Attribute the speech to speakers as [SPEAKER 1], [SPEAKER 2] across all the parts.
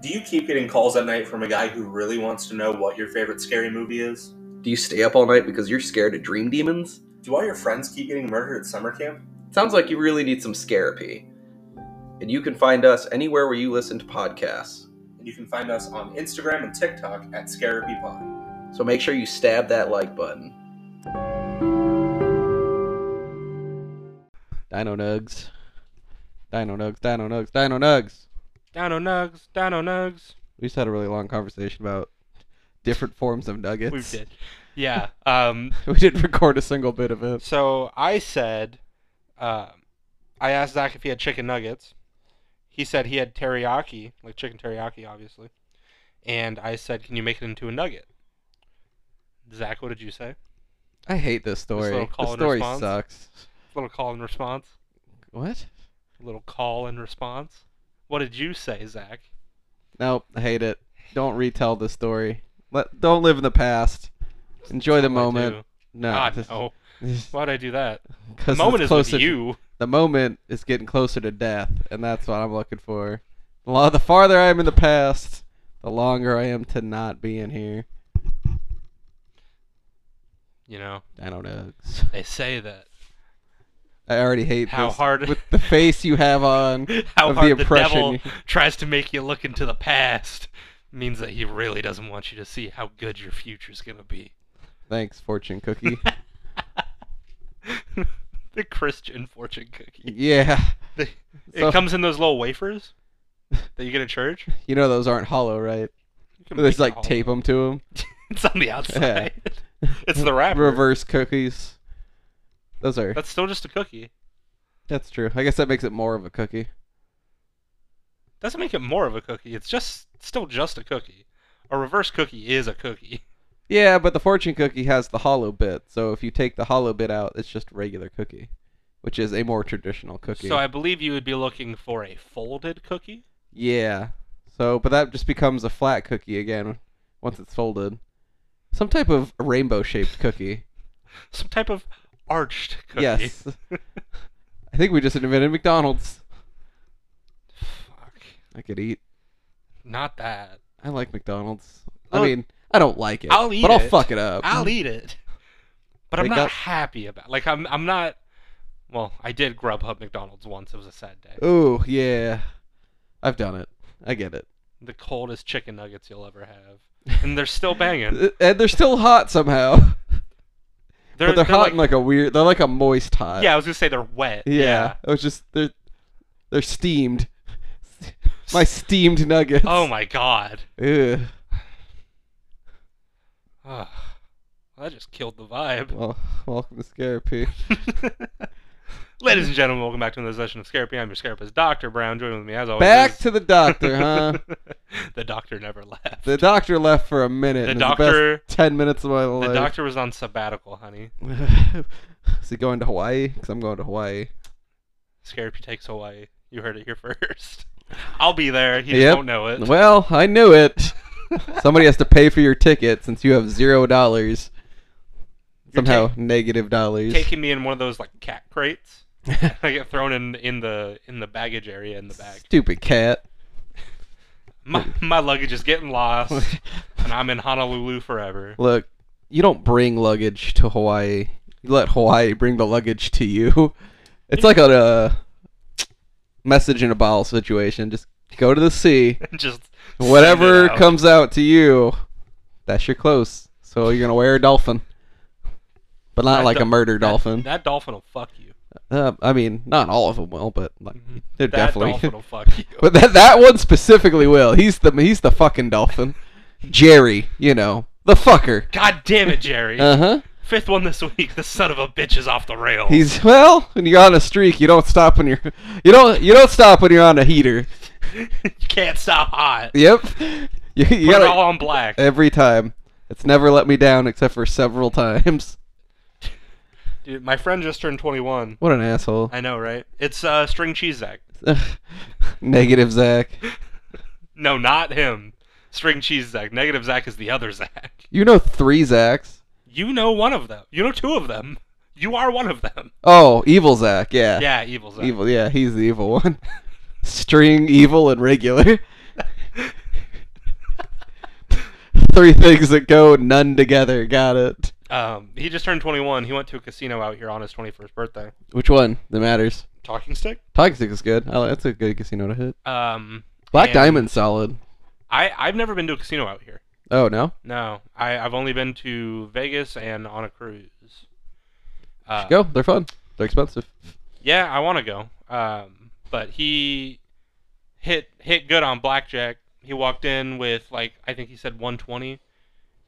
[SPEAKER 1] Do you keep getting calls at night from a guy who really wants to know what your favorite scary movie is?
[SPEAKER 2] Do you stay up all night because you're scared of dream demons?
[SPEAKER 1] Do all your friends keep getting murdered at summer camp?
[SPEAKER 2] Sounds like you really need some scarapy. And you can find us anywhere where you listen to podcasts.
[SPEAKER 1] And you can find us on Instagram and TikTok at ScarapyPod.
[SPEAKER 2] So make sure you stab that like button.
[SPEAKER 3] Dino Nugs. Dino Nugs, Dino Nugs, Dino Nugs.
[SPEAKER 4] Dino Nugs, Dino Nugs.
[SPEAKER 3] We just had a really long conversation about different forms of nuggets.
[SPEAKER 4] We did. Yeah. Um,
[SPEAKER 3] We didn't record a single bit of it.
[SPEAKER 4] so I said, um, I asked Zach if he had chicken nuggets. He said he had teriyaki, like chicken teriyaki, obviously. And I said, can you make it into a nugget? Zach, what did you say?
[SPEAKER 3] I hate this story.
[SPEAKER 4] little call
[SPEAKER 3] the
[SPEAKER 4] and
[SPEAKER 3] story
[SPEAKER 4] response?
[SPEAKER 3] sucks.
[SPEAKER 4] little call and response.
[SPEAKER 3] What?
[SPEAKER 4] little call and response. What did you say, Zach?
[SPEAKER 3] Nope, I hate it. Don't retell the story. Let don't live in the past. Enjoy the
[SPEAKER 4] What'd I
[SPEAKER 3] moment.
[SPEAKER 4] do?
[SPEAKER 3] No,
[SPEAKER 4] God,
[SPEAKER 3] just-
[SPEAKER 4] no.
[SPEAKER 3] just-
[SPEAKER 4] Why'd I do that?
[SPEAKER 3] 'cause
[SPEAKER 4] The
[SPEAKER 3] it's
[SPEAKER 4] moment is with
[SPEAKER 3] closer to-
[SPEAKER 4] you.
[SPEAKER 3] the moment is getting closer to death, and that's what I'm looking for. The lo- the farther I am in the past, the longer I am to not being here.
[SPEAKER 4] You know,
[SPEAKER 3] Dino Nugs.
[SPEAKER 4] they say that.
[SPEAKER 3] I already hate
[SPEAKER 4] How
[SPEAKER 3] this.
[SPEAKER 4] hard-
[SPEAKER 3] with the face you have on
[SPEAKER 4] How
[SPEAKER 3] of
[SPEAKER 4] hard
[SPEAKER 3] the
[SPEAKER 4] the
[SPEAKER 3] impression.
[SPEAKER 4] devil
[SPEAKER 3] you-
[SPEAKER 4] tries to make you look into the past means that he really doesn't want you to see how good your future's gonna be.
[SPEAKER 3] Thanks, fortune cookie.
[SPEAKER 4] the Christian fortune cookie.
[SPEAKER 3] yeah,
[SPEAKER 4] The-
[SPEAKER 3] So-
[SPEAKER 4] it comes in those little wafers that you get at church.
[SPEAKER 3] you know those aren't hollow, right?
[SPEAKER 4] You can
[SPEAKER 3] They just
[SPEAKER 4] make
[SPEAKER 3] like
[SPEAKER 4] all-
[SPEAKER 3] tape them to
[SPEAKER 4] It's on the outside. it's the
[SPEAKER 3] them.
[SPEAKER 4] wrapper.
[SPEAKER 3] Reverse cookies. Those are.
[SPEAKER 4] That's still just a cookie.
[SPEAKER 3] That's true. I guess that makes it more of a cookie.
[SPEAKER 4] doesn't make it more of a cookie. It's just still just a cookie. A reverse cookie is a cookie.
[SPEAKER 3] Yeah, but the fortune cookie has the hollow bit, so if you take the hollow bit out, it's just regular cookie, which is a more traditional cookie.
[SPEAKER 4] So I believe you would be looking for a folded cookie.
[SPEAKER 3] Yeah. So, but that just becomes a flat cookie again once it's folded. Some type of rainbow-shaped cookie.
[SPEAKER 4] Some type of arched cookie.
[SPEAKER 3] Yes. I think we just invented McDonald's.
[SPEAKER 4] Fuck.
[SPEAKER 3] I could eat.
[SPEAKER 4] Not that.
[SPEAKER 3] I like McDonald's. I
[SPEAKER 4] Oh.
[SPEAKER 3] mean, I don't like it.
[SPEAKER 4] I'll eat
[SPEAKER 3] but I'll
[SPEAKER 4] it.
[SPEAKER 3] fuck it up.
[SPEAKER 4] I'll eat it. But I'm
[SPEAKER 3] They
[SPEAKER 4] not
[SPEAKER 3] got-
[SPEAKER 4] happy about like I'm I'm not well, I did Grubhub McDonald's once. It was a sad day.
[SPEAKER 3] Ooh, yeah. I've done it. I get it.
[SPEAKER 4] The coldest chicken nuggets you'll ever have. And they're still banging.
[SPEAKER 3] Uh, And they're still hot somehow.
[SPEAKER 4] They're,
[SPEAKER 3] but they're,
[SPEAKER 4] they're
[SPEAKER 3] hot
[SPEAKER 4] like,
[SPEAKER 3] in like a weird. They're like a moist hot.
[SPEAKER 4] Yeah, I was gonna say they're wet.
[SPEAKER 3] Yeah. It was just they're they're steamed. My steamed nuggets.
[SPEAKER 4] Oh my god.
[SPEAKER 3] Ugh.
[SPEAKER 4] Ugh. that just killed the vibe.
[SPEAKER 3] Well, welcome to Scarapy.
[SPEAKER 4] Ladies and gentlemen, welcome back to another session of Scarapy. I'm your Scarapist, Dr. Brown. Joining with me as always.
[SPEAKER 3] Back
[SPEAKER 4] Oh, is-
[SPEAKER 3] to the doctor, huh?
[SPEAKER 4] the doctor never left.
[SPEAKER 3] the doctor left for a minute.
[SPEAKER 4] The
[SPEAKER 3] and it's
[SPEAKER 4] doctor-
[SPEAKER 3] best ten minutes of my
[SPEAKER 4] The
[SPEAKER 3] life.
[SPEAKER 4] doctor was on sabbatical, honey.
[SPEAKER 3] Is he going to Hawaii? Because I'm going to Hawaii.
[SPEAKER 4] Scarapy takes Hawaii. You heard it here first. I'll be there. He just
[SPEAKER 3] Yep.
[SPEAKER 4] won't know it.
[SPEAKER 3] Well, I knew it. Somebody has to pay for your ticket since you have zero dollars.
[SPEAKER 4] You're ta-
[SPEAKER 3] Somehow negative dollars.
[SPEAKER 4] taking me in one of those like cat crates. I get thrown in in the in the baggage area in the back.
[SPEAKER 3] Stupid cat.
[SPEAKER 4] My my luggage is getting lost, and I'm in Honolulu forever.
[SPEAKER 3] Look, you don't bring luggage to Hawaii. You let Hawaii bring the luggage to you. It's like a uh, message in a bottle situation. Just go to the sea.
[SPEAKER 4] just send it
[SPEAKER 3] Whatever
[SPEAKER 4] out.
[SPEAKER 3] comes out to you, that's your clothes. So you're gonna wear a dolphin, but not
[SPEAKER 4] That
[SPEAKER 3] like a
[SPEAKER 4] dol-
[SPEAKER 3] murder
[SPEAKER 4] that-
[SPEAKER 3] dolphin.
[SPEAKER 4] That dolphin will fuck you.
[SPEAKER 3] Uh, I mean, not all of them will, but like, they're
[SPEAKER 4] Mm-hmm. That dolphin
[SPEAKER 3] definitely.
[SPEAKER 4] will fuck you.
[SPEAKER 3] But that that one specifically will. He's the he's the fucking dolphin, Jerry. You know the fucker.
[SPEAKER 4] God damn it, Jerry.
[SPEAKER 3] Uh huh.
[SPEAKER 4] Fifth one this week. The son of a bitch is off the rails.
[SPEAKER 3] He's well. When you're on a streak, you don't stop when you're you don't you don't stop when you're on a heater.
[SPEAKER 4] you can't stop hot.
[SPEAKER 3] Yep. You, you
[SPEAKER 4] Put it
[SPEAKER 3] gotta Uh,
[SPEAKER 4] all on black.
[SPEAKER 3] every time. It's never let me down except for several times.
[SPEAKER 4] Dude, my friend just turned 21.
[SPEAKER 3] What an asshole.
[SPEAKER 4] I know, right? It's uh, string cheese Zach.
[SPEAKER 3] Negative Zach.
[SPEAKER 4] No, not him. String cheese Zach. Negative Zach is the other Zach.
[SPEAKER 3] You know three Zachs.
[SPEAKER 4] You know one of them. You know two of them. You are one of them.
[SPEAKER 3] Oh, evil Zach. Yeah.
[SPEAKER 4] Yeah, evil Zach.
[SPEAKER 3] Evil. Yeah, he's the evil one. String evil and regular. three things that go none together. Got it.
[SPEAKER 4] Um, he just turned 21. He went to a casino out here on his 21st birthday.
[SPEAKER 3] Which one that matters?
[SPEAKER 4] Talking stick.
[SPEAKER 3] Toxic is good. I, li- that's a good casino to hit.
[SPEAKER 4] Um,
[SPEAKER 3] Black
[SPEAKER 4] and
[SPEAKER 3] Diamond's solid.
[SPEAKER 4] I I've never been to a casino out here.
[SPEAKER 3] Oh no,
[SPEAKER 4] No, I I've only been to Vegas and on a cruise. Uh,
[SPEAKER 3] go. They're fun. They're expensive.
[SPEAKER 4] Yeah, I want to go. Um, but he hit hit good on blackjack. He walked in with like I think he said 120,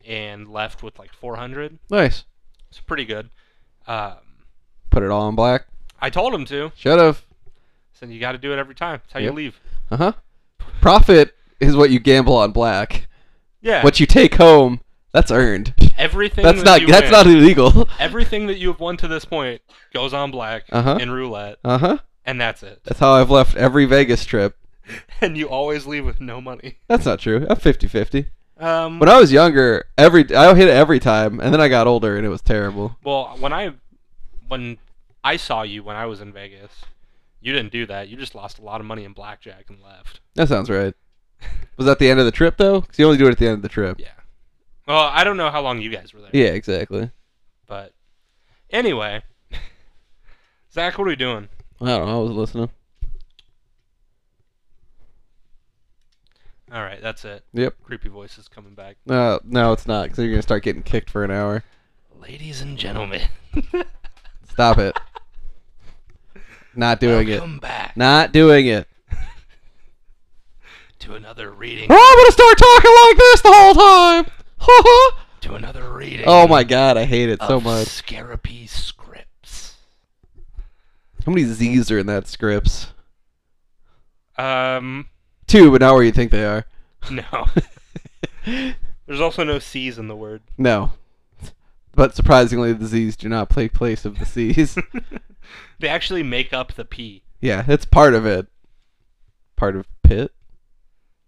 [SPEAKER 4] and left with like 400.
[SPEAKER 3] Nice.
[SPEAKER 4] It's pretty good. Um,
[SPEAKER 3] Put it all on black.
[SPEAKER 4] I told him to.
[SPEAKER 3] Should have.
[SPEAKER 4] Said you got to do it every time. It's how
[SPEAKER 3] Yep.
[SPEAKER 4] you leave.
[SPEAKER 3] Uh huh. Profit is what you gamble on black.
[SPEAKER 4] Yeah.
[SPEAKER 3] What you take home, that's earned.
[SPEAKER 4] everything
[SPEAKER 3] That's
[SPEAKER 4] that
[SPEAKER 3] not.
[SPEAKER 4] you
[SPEAKER 3] That's
[SPEAKER 4] win-
[SPEAKER 3] not illegal.
[SPEAKER 4] everything that you've won to this point goes on black
[SPEAKER 3] Uh-huh.
[SPEAKER 4] in roulette,
[SPEAKER 3] Uh huh.
[SPEAKER 4] and that's it.
[SPEAKER 3] That's how I've left every Vegas trip.
[SPEAKER 4] And you always leave with no money.
[SPEAKER 3] That's not true. I'm 50-50.
[SPEAKER 4] Um,
[SPEAKER 3] When I was younger, every I hit it every time, and then I got older, and it was terrible.
[SPEAKER 4] well, when I when I saw you when I was in Vegas, you didn't do that. You just lost a lot of money in blackjack and left.
[SPEAKER 3] That sounds right. Was that the end of the trip though? Because you only do it at the end of the trip.
[SPEAKER 4] Yeah. Well, I don't know how long you guys were there,
[SPEAKER 3] Yeah, exactly.
[SPEAKER 4] but anyway, Zach, what are we doing?
[SPEAKER 3] I don't know. I was listening.
[SPEAKER 4] All right, that's it.
[SPEAKER 3] Yep.
[SPEAKER 4] Creepy voices coming back,
[SPEAKER 3] No, no, it's not. Because you're gonna start getting kicked for an hour.
[SPEAKER 4] ladies and gentlemen.
[SPEAKER 3] Stop it. Not doing it.
[SPEAKER 4] Welcome back
[SPEAKER 3] Not doing it.
[SPEAKER 4] to another reading.
[SPEAKER 3] Oh, I'm gonna start talking like this the whole time.
[SPEAKER 4] To another reading.
[SPEAKER 3] oh my god, I hate it so
[SPEAKER 4] of
[SPEAKER 3] much.
[SPEAKER 4] Scarapy scripts.
[SPEAKER 3] How many Z's are in that scripts?
[SPEAKER 4] Um,
[SPEAKER 3] Two, but not where you think they are.
[SPEAKER 4] no. There's also no C's in the word.
[SPEAKER 3] No. But surprisingly, the Z's do not play place of the C's.
[SPEAKER 4] They actually make up the P.
[SPEAKER 3] yeah, it's part of it. Part of pit?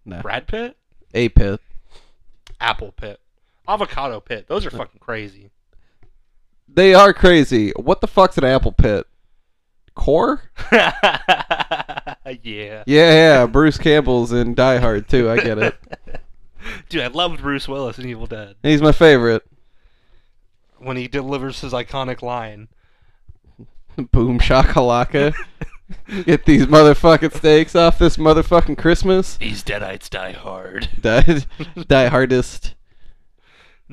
[SPEAKER 3] No.
[SPEAKER 4] Brad Pitt,
[SPEAKER 3] A pit.
[SPEAKER 4] Apple Pitt, Avocado Pitt. Those are fucking crazy.
[SPEAKER 3] They are crazy. What the fuck's an apple pit? Core?
[SPEAKER 4] yeah.
[SPEAKER 3] Yeah, yeah. Bruce Campbell's in Die Hard, too. I get it.
[SPEAKER 4] Dude, I loved Bruce Willis in Evil Dead
[SPEAKER 3] He's my favorite.
[SPEAKER 4] when he delivers his iconic line.
[SPEAKER 3] Boom shakalaka. Get these motherfucking steaks off this motherfucking Christmas.
[SPEAKER 4] These Deadites die hard.
[SPEAKER 3] Die, die hardest.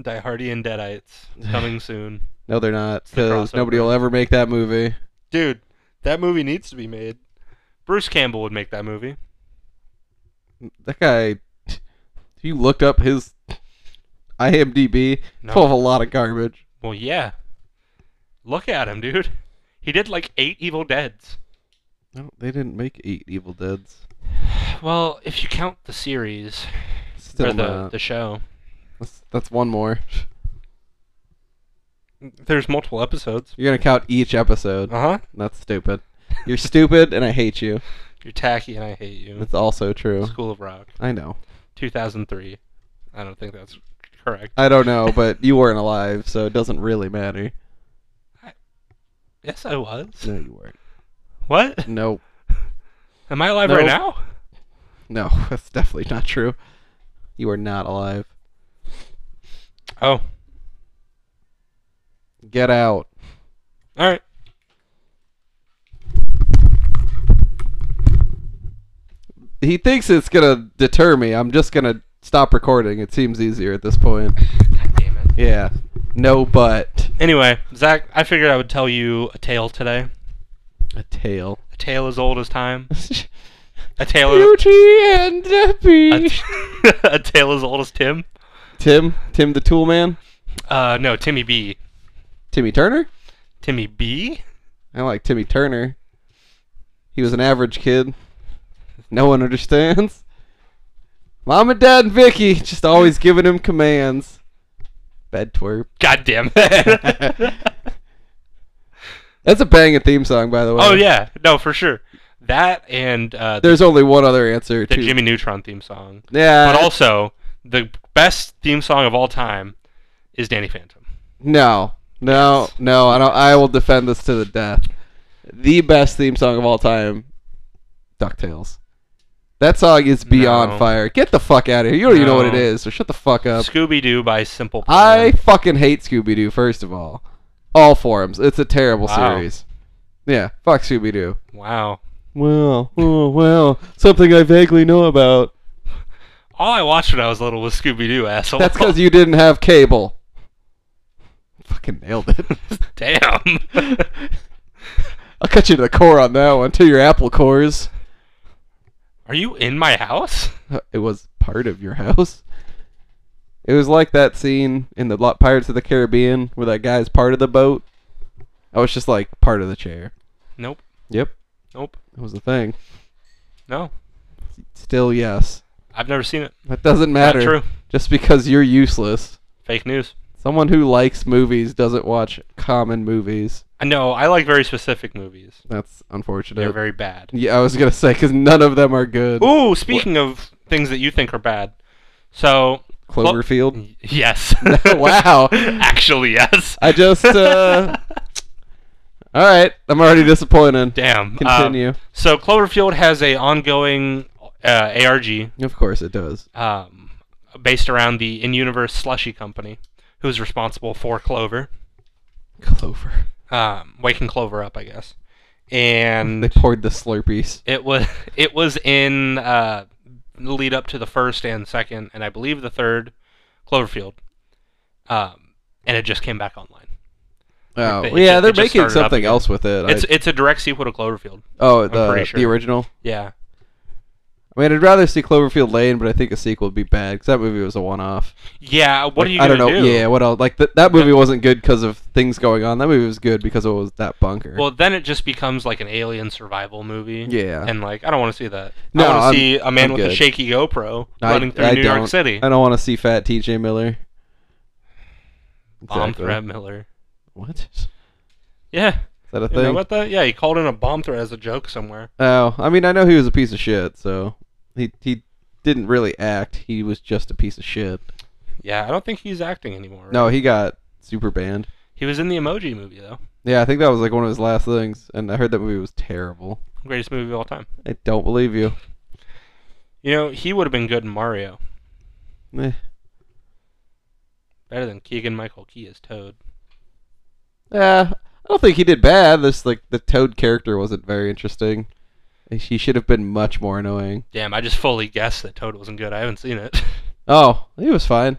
[SPEAKER 4] Die Hardy and Deadites coming soon.
[SPEAKER 3] No, they're not.
[SPEAKER 4] the
[SPEAKER 3] Because nobody
[SPEAKER 4] crossover.
[SPEAKER 3] will ever make that movie.
[SPEAKER 4] Dude, that movie needs to be made. Bruce Campbell would make that movie.
[SPEAKER 3] That guy, if you looked up his IMDb,
[SPEAKER 4] No.
[SPEAKER 3] full of a lot of garbage.
[SPEAKER 4] Well, yeah. Look at him, dude. He did like eight Evil Deads.
[SPEAKER 3] No, they didn't make eight Evil Deads.
[SPEAKER 4] Well, if you count the series
[SPEAKER 3] Still
[SPEAKER 4] or the,
[SPEAKER 3] not.
[SPEAKER 4] the show,
[SPEAKER 3] That's, that's one more.
[SPEAKER 4] there's multiple episodes.
[SPEAKER 3] You're gonna count each episode.
[SPEAKER 4] Uh huh.
[SPEAKER 3] That's stupid. You're stupid, and I hate you.
[SPEAKER 4] You're tacky and I hate you.
[SPEAKER 3] That's also true.
[SPEAKER 4] School of Rock,
[SPEAKER 3] I know.
[SPEAKER 4] 2003. I don't think that's correct.
[SPEAKER 3] I don't know, but you weren't alive, so it doesn't really matter.
[SPEAKER 4] Yes, I was.
[SPEAKER 3] No, you weren't.
[SPEAKER 4] What?
[SPEAKER 3] No,
[SPEAKER 4] Am I alive
[SPEAKER 3] No.
[SPEAKER 4] right now?
[SPEAKER 3] no, that's definitely not true. You are not alive.
[SPEAKER 4] Oh,
[SPEAKER 3] Get out.
[SPEAKER 4] all right.
[SPEAKER 3] He thinks it's gonna deter me. I'm just gonna stop recording. It seems easier at this point.
[SPEAKER 4] God damn it.
[SPEAKER 3] Yeah. No, but
[SPEAKER 4] Anyway, Zach, I figured I would tell you a tale today.
[SPEAKER 3] a tail.
[SPEAKER 4] A tale as old as time.
[SPEAKER 3] Beauty
[SPEAKER 4] A tale.
[SPEAKER 3] and the
[SPEAKER 4] A,
[SPEAKER 3] Beast.
[SPEAKER 4] a tale as old as Tim.
[SPEAKER 3] Tim, Tim the Tool Man,
[SPEAKER 4] Uh, no, Timmy B.
[SPEAKER 3] Timmy Turner.
[SPEAKER 4] Timmy B?
[SPEAKER 3] I like Timmy Turner. He was an average kid. No one understands. Mom and Dad and Vicky just always giving him commands. Bed twerp.
[SPEAKER 4] God damn it.
[SPEAKER 3] That's a banging theme song, by the way.
[SPEAKER 4] oh, yeah. No, for sure. That and uh, the,
[SPEAKER 3] There's only one other answer
[SPEAKER 4] the
[SPEAKER 3] to
[SPEAKER 4] Jimmy Neutron theme song.
[SPEAKER 3] Yeah.
[SPEAKER 4] But also, the best theme song of all time is Danny Phantom.
[SPEAKER 3] No, no, no. I don't. I will defend this to the death. The best theme song of all time, Ducktales. That song is beyond
[SPEAKER 4] No.
[SPEAKER 3] fire. Get the fuck out of here. You don't even know what it
[SPEAKER 4] No.
[SPEAKER 3] is, so shut the fuck up.
[SPEAKER 4] Scooby Doo by Simple Plan.
[SPEAKER 3] I fucking hate Scooby Doo, first of all. All forms. It's a terrible
[SPEAKER 4] Wow.
[SPEAKER 3] series. Yeah, fuck Scooby Doo.
[SPEAKER 4] Wow.
[SPEAKER 3] Well, oh, well, something I vaguely know about.
[SPEAKER 4] All I watched when I was little was Scooby Doo, asshole.
[SPEAKER 3] That's because you didn't have cable. Fucking nailed it.
[SPEAKER 4] Damn.
[SPEAKER 3] I'll cut you to the core on that one, to your apple cores.
[SPEAKER 4] Are you in my house?
[SPEAKER 3] It was part of your house. It was like that scene in the Lo- Pirates of the Caribbean where that guy's part of the boat. I was just like part of the chair.
[SPEAKER 4] Nope.
[SPEAKER 3] Yep,
[SPEAKER 4] Nope.
[SPEAKER 3] that was the thing.
[SPEAKER 4] No.
[SPEAKER 3] Still, yes.
[SPEAKER 4] I've never seen it.
[SPEAKER 3] That doesn't
[SPEAKER 4] Not
[SPEAKER 3] matter.
[SPEAKER 4] true.
[SPEAKER 3] Just because you're useless.
[SPEAKER 4] Fake news.
[SPEAKER 3] Someone who likes movies doesn't watch common movies.
[SPEAKER 4] I know. I like very specific movies.
[SPEAKER 3] That's unfortunate.
[SPEAKER 4] They're very bad.
[SPEAKER 3] yeah, I was gonna say because none of them are good.
[SPEAKER 4] Ooh, speaking of things that you think are bad. So, Oh.
[SPEAKER 3] Cloverfield.
[SPEAKER 4] yes.
[SPEAKER 3] wow.
[SPEAKER 4] Actually, yes.
[SPEAKER 3] I just. uh All right, I'm already disappointed.
[SPEAKER 4] Damn. Um,
[SPEAKER 3] Continue.
[SPEAKER 4] so Cloverfield has a ongoing uh, ARG
[SPEAKER 3] of course it does.
[SPEAKER 4] um, based around the in-universe slushy company, who's responsible for Clover,
[SPEAKER 3] Clover.
[SPEAKER 4] um, waking Clover up, I guess. And
[SPEAKER 3] They poured the Slurpees.
[SPEAKER 4] it was it was in uh, the lead up to the first and second, and I believe the third Cloverfield, um, and it just came back online.
[SPEAKER 3] Oh,
[SPEAKER 4] It- it
[SPEAKER 3] yeah,
[SPEAKER 4] ju-
[SPEAKER 3] they're
[SPEAKER 4] it just
[SPEAKER 3] making
[SPEAKER 4] started up
[SPEAKER 3] something
[SPEAKER 4] again.
[SPEAKER 3] else with it. I-
[SPEAKER 4] It's it's a direct sequel to Cloverfield.
[SPEAKER 3] oh, the,
[SPEAKER 4] pretty
[SPEAKER 3] the
[SPEAKER 4] sure.
[SPEAKER 3] original.
[SPEAKER 4] Yeah,
[SPEAKER 3] I mean, I'd rather see Cloverfield Lane, but I think a sequel would be bad because that movie was a one-off.
[SPEAKER 4] yeah. What are
[SPEAKER 3] Like,
[SPEAKER 4] you
[SPEAKER 3] I
[SPEAKER 4] gonna
[SPEAKER 3] don't know.
[SPEAKER 4] do?
[SPEAKER 3] Yeah, what else? Like th- that movie wasn't good because of things going on. That movie was good because it was that bunker.
[SPEAKER 4] Well, then it just becomes like an alien survival movie.
[SPEAKER 3] yeah,
[SPEAKER 4] And like, I don't want to see that.
[SPEAKER 3] No,
[SPEAKER 4] I
[SPEAKER 3] I'm-
[SPEAKER 4] want to see a man
[SPEAKER 3] I'm
[SPEAKER 4] with a
[SPEAKER 3] good.
[SPEAKER 4] shaky GoPro
[SPEAKER 3] I-
[SPEAKER 4] running through
[SPEAKER 3] I
[SPEAKER 4] New
[SPEAKER 3] don't.
[SPEAKER 4] York City.
[SPEAKER 3] I don't want to see fat T.J. Miller.
[SPEAKER 4] Bomb
[SPEAKER 3] Exactly.
[SPEAKER 4] threat Miller.
[SPEAKER 3] What? Is
[SPEAKER 4] Yeah,
[SPEAKER 3] that a
[SPEAKER 4] you know
[SPEAKER 3] thing?
[SPEAKER 4] about that? Yeah, he called in a bomb threat as a joke somewhere.
[SPEAKER 3] Oh, I mean, I know he was a piece of shit, so he he didn't really act. He was just a piece of shit.
[SPEAKER 4] Yeah, I don't think he's acting anymore. right?
[SPEAKER 3] No, he got super banned.
[SPEAKER 4] he was in the Emoji movie though,
[SPEAKER 3] Yeah, I think that was like one of his last things, and I heard that movie was terrible.
[SPEAKER 4] greatest movie of all time.
[SPEAKER 3] I don't believe you.
[SPEAKER 4] You know, he would have been good in Mario,
[SPEAKER 3] Eh,
[SPEAKER 4] better than Keegan Michael Key as Toad.
[SPEAKER 3] Yeah, I don't think he did bad. This like the Toad character wasn't very interesting. Eh, He should have been much more annoying.
[SPEAKER 4] Damn, I just fully guessed that Toad wasn't good. I haven't seen it.
[SPEAKER 3] Oh, he was fine.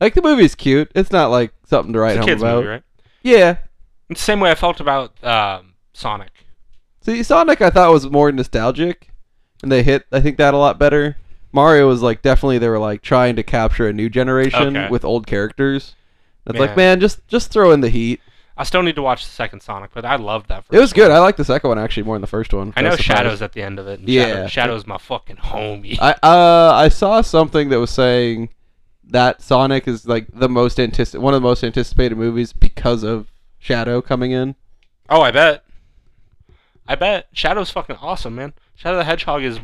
[SPEAKER 3] Like the movie's cute. It's not like something to write
[SPEAKER 4] it's a
[SPEAKER 3] home
[SPEAKER 4] kids
[SPEAKER 3] about.
[SPEAKER 4] movie, right?
[SPEAKER 3] Yeah.
[SPEAKER 4] It's the same way I felt about um, Sonic.
[SPEAKER 3] See, Sonic I thought was more nostalgic, and they hit I think that a lot better. Mario was like definitely they were like trying to capture a new generation
[SPEAKER 4] Okay.
[SPEAKER 3] with old characters. It's like
[SPEAKER 4] Man.
[SPEAKER 3] man, just just throw in the heat.
[SPEAKER 4] I still need to watch the second Sonic, but I loved that. First
[SPEAKER 3] It was
[SPEAKER 4] one.
[SPEAKER 3] good. I like the second one actually more than the first one.
[SPEAKER 4] I know
[SPEAKER 3] was surprised.
[SPEAKER 4] Shadow's at the end of it. And
[SPEAKER 3] Yeah.
[SPEAKER 4] Shadow, Shadow's my fucking homie.
[SPEAKER 3] I uh I saw something that was saying that Sonic is like the most antici- one of the most anticipated movies because of Shadow coming in.
[SPEAKER 4] oh, I bet. I bet Shadow's fucking awesome, man. Shadow the Hedgehog is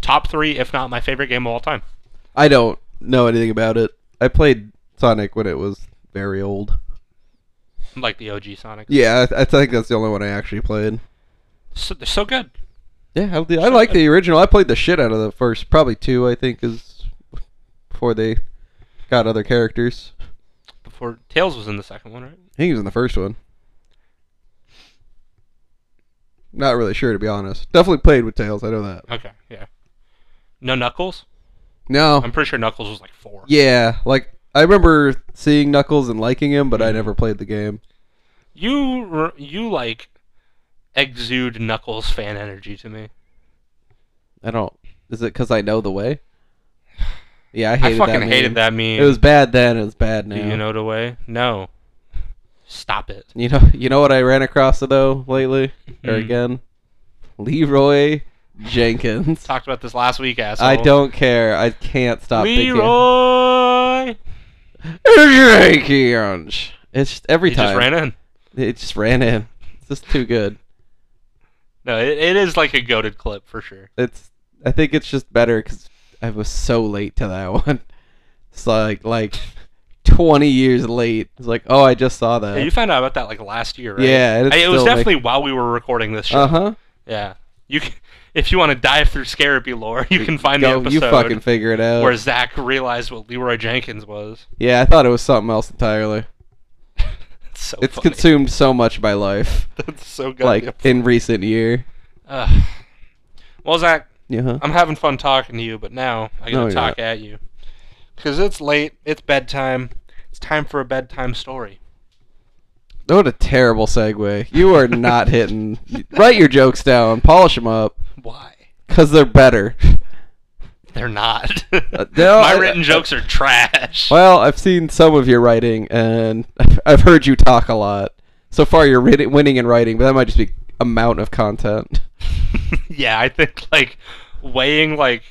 [SPEAKER 4] top three, if not my favorite game of all time.
[SPEAKER 3] I don't know anything about it. I played Sonic when it was very old.
[SPEAKER 4] Like the OG Sonic.
[SPEAKER 3] Yeah, I, th- I think that's the only one I actually played.
[SPEAKER 4] So, they're so good.
[SPEAKER 3] Yeah, I, I like the original. I played the shit out of the first, probably two. I think is before they got other characters.
[SPEAKER 4] Before Tails was in the second one, right?
[SPEAKER 3] I think he was in the first one. Not really sure to be honest. Definitely played with Tails. I know that.
[SPEAKER 4] Okay, yeah. No Knuckles.
[SPEAKER 3] No.
[SPEAKER 4] I'm pretty sure Knuckles was like four.
[SPEAKER 3] yeah, like I remember seeing Knuckles and liking him, but I
[SPEAKER 4] Mm-hmm.
[SPEAKER 3] never played the game.
[SPEAKER 4] You re- you like exude Knuckles fan energy to me.
[SPEAKER 3] I don't. Is it because I know the way? Yeah, I
[SPEAKER 4] I,
[SPEAKER 3] hated
[SPEAKER 4] fucking
[SPEAKER 3] that.
[SPEAKER 4] hated
[SPEAKER 3] meme.
[SPEAKER 4] that meme.
[SPEAKER 3] It was bad then. It was bad now.
[SPEAKER 4] Do you know the way? No. Stop it.
[SPEAKER 3] You know, you know what I ran across though lately or
[SPEAKER 4] Hmm.
[SPEAKER 3] again, Leroy Jenkins.
[SPEAKER 4] Talked about this last week, asshole.
[SPEAKER 3] I don't care. I can't stop
[SPEAKER 4] Leroy.
[SPEAKER 3] thinking. Jenkins. It's just every
[SPEAKER 4] He
[SPEAKER 3] time
[SPEAKER 4] just ran in.
[SPEAKER 3] it just ran in. It's just too good.
[SPEAKER 4] No, it, it is like a goaded clip for sure.
[SPEAKER 3] It's. I think it's just better because I was so late to that one. It's like like twenty years late. It's like oh, I just saw that.
[SPEAKER 4] Yeah, you found out about that like last year, right?
[SPEAKER 3] Yeah, and it's
[SPEAKER 4] I- it was
[SPEAKER 3] still, like- Uh-huh.
[SPEAKER 4] definitely while we were recording this show.
[SPEAKER 3] uh huh.
[SPEAKER 4] Yeah, you. c- if you want to dive through Scarabee lore, you can find
[SPEAKER 3] Go,
[SPEAKER 4] the
[SPEAKER 3] you
[SPEAKER 4] episode
[SPEAKER 3] fucking figure it out.
[SPEAKER 4] where Zach realized what Leroy Jenkins was.
[SPEAKER 3] Yeah, I thought it was something else entirely.
[SPEAKER 4] It's so
[SPEAKER 3] It's
[SPEAKER 4] funny.
[SPEAKER 3] consumed so much of my life,
[SPEAKER 4] That's so good.
[SPEAKER 3] like in recent year.
[SPEAKER 4] well, Zach,
[SPEAKER 3] Yeah. huh?
[SPEAKER 4] I'm having fun talking to you, but now I gotta
[SPEAKER 3] No, you're
[SPEAKER 4] talk at you because it's late. It's bedtime. It's time for a bedtime story.
[SPEAKER 3] What a terrible segue. You are not hitting. Write your jokes down, polish them up,
[SPEAKER 4] Why?
[SPEAKER 3] cause they're better.
[SPEAKER 4] They're not.
[SPEAKER 3] no,
[SPEAKER 4] My
[SPEAKER 3] Uh, I-
[SPEAKER 4] written jokes are trash.
[SPEAKER 3] Well, I've seen some of your writing, and I've heard you talk a lot. So far, you're writ- winning in writing, but that might just be amount of content.
[SPEAKER 4] yeah, I think like weighing like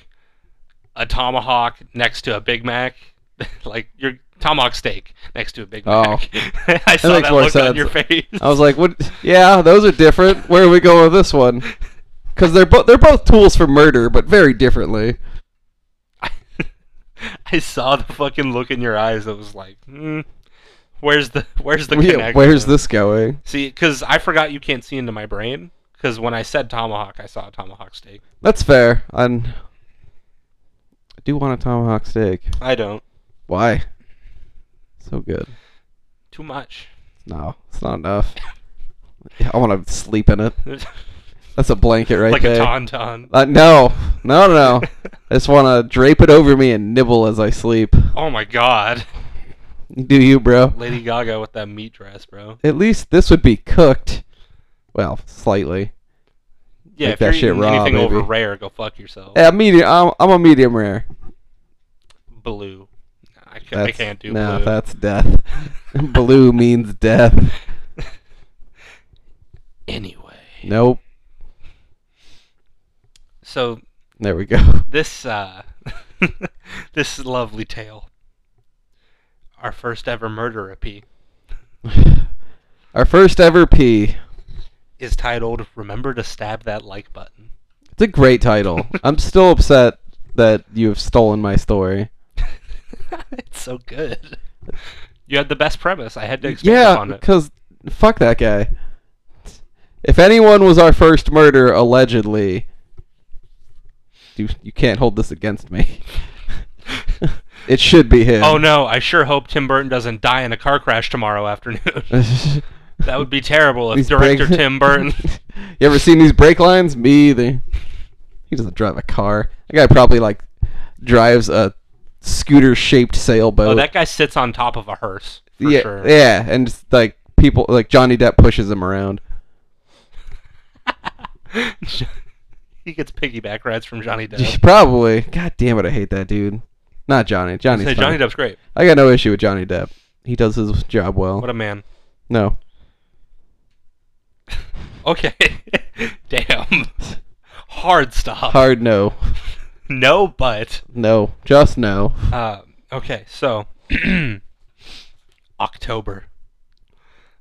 [SPEAKER 4] a tomahawk next to a Big Mac, like your tomahawk steak next to a Big
[SPEAKER 3] Oh.
[SPEAKER 4] Mac. I saw that,
[SPEAKER 3] makes more
[SPEAKER 4] look on
[SPEAKER 3] sense. Oh.
[SPEAKER 4] your face.
[SPEAKER 3] I was like, "What? Yeah, those are different. Where are we going with this one? Because they're both they're both tools for murder, but very differently.
[SPEAKER 4] I saw the fucking look in your eyes that was like, hmm, where's the where's the
[SPEAKER 3] Yeah,
[SPEAKER 4] connection?
[SPEAKER 3] where's this going?
[SPEAKER 4] See, because I forgot you can't see into my brain. Because when I said tomahawk, I saw a tomahawk steak.
[SPEAKER 3] That's fair. I'm, I do want a tomahawk steak.
[SPEAKER 4] I don't.
[SPEAKER 3] Why? So good.
[SPEAKER 4] Too much.
[SPEAKER 3] No, it's not enough. I want to sleep in it. That's a blanket right
[SPEAKER 4] like
[SPEAKER 3] there.
[SPEAKER 4] a tauntaun.
[SPEAKER 3] Uh, no, no, no. no. I just want to drape it over me and nibble as I sleep.
[SPEAKER 4] Oh my god.
[SPEAKER 3] Do you, bro?
[SPEAKER 4] Lady Gaga with that meat dress, bro.
[SPEAKER 3] At least this would be cooked. Well, slightly.
[SPEAKER 4] Yeah,
[SPEAKER 3] Make
[SPEAKER 4] if
[SPEAKER 3] that
[SPEAKER 4] you're
[SPEAKER 3] shit
[SPEAKER 4] eating
[SPEAKER 3] raw,
[SPEAKER 4] anything over
[SPEAKER 3] baby. Eh.
[SPEAKER 4] rare, go fuck yourself.
[SPEAKER 3] Yeah, medium. I'm, I'm a medium rare.
[SPEAKER 4] Blue. I, ca- I
[SPEAKER 3] That's,
[SPEAKER 4] can't do
[SPEAKER 3] no,
[SPEAKER 4] blue.
[SPEAKER 3] that's death. Blue means death.
[SPEAKER 4] Anyway.
[SPEAKER 3] Nope.
[SPEAKER 4] So
[SPEAKER 3] There we go.
[SPEAKER 4] this uh this lovely tale. Our first ever murder EP
[SPEAKER 3] Our first ever P.
[SPEAKER 4] is titled Remember to Stab That Like Button.
[SPEAKER 3] It's a great title. I'm still upset that you have stolen my story.
[SPEAKER 4] it's so good. You had the best premise. I had to expand
[SPEAKER 3] Yeah,
[SPEAKER 4] upon it.
[SPEAKER 3] because fuck that guy. If anyone was our first murder, allegedly, you, you can't hold this against me. it should be him.
[SPEAKER 4] Oh no, I sure hope Tim Burton doesn't die in a car crash tomorrow afternoon. that would be terrible if
[SPEAKER 3] These
[SPEAKER 4] director
[SPEAKER 3] brake-
[SPEAKER 4] Tim Burton
[SPEAKER 3] you ever seen these brake lines? Me either. He doesn't drive a car. That guy probably like drives a scooter-shaped sailboat.
[SPEAKER 4] Oh, that guy sits on top of a hearse. For
[SPEAKER 3] yeah,
[SPEAKER 4] sure.
[SPEAKER 3] yeah, and just, like people like Johnny Depp pushes him around.
[SPEAKER 4] he gets piggyback rides from Johnny Depp.
[SPEAKER 3] Probably. God damn it, I hate that dude. Not Johnny. Johnny's
[SPEAKER 4] Hey,
[SPEAKER 3] fine.
[SPEAKER 4] Johnny Depp's great.
[SPEAKER 3] I got no issue with Johnny Depp. He does his job well.
[SPEAKER 4] What a man.
[SPEAKER 3] no.
[SPEAKER 4] Okay. Damn. Hard stop.
[SPEAKER 3] Hard no.
[SPEAKER 4] No, but
[SPEAKER 3] No. Just no.
[SPEAKER 4] uh, okay. So October.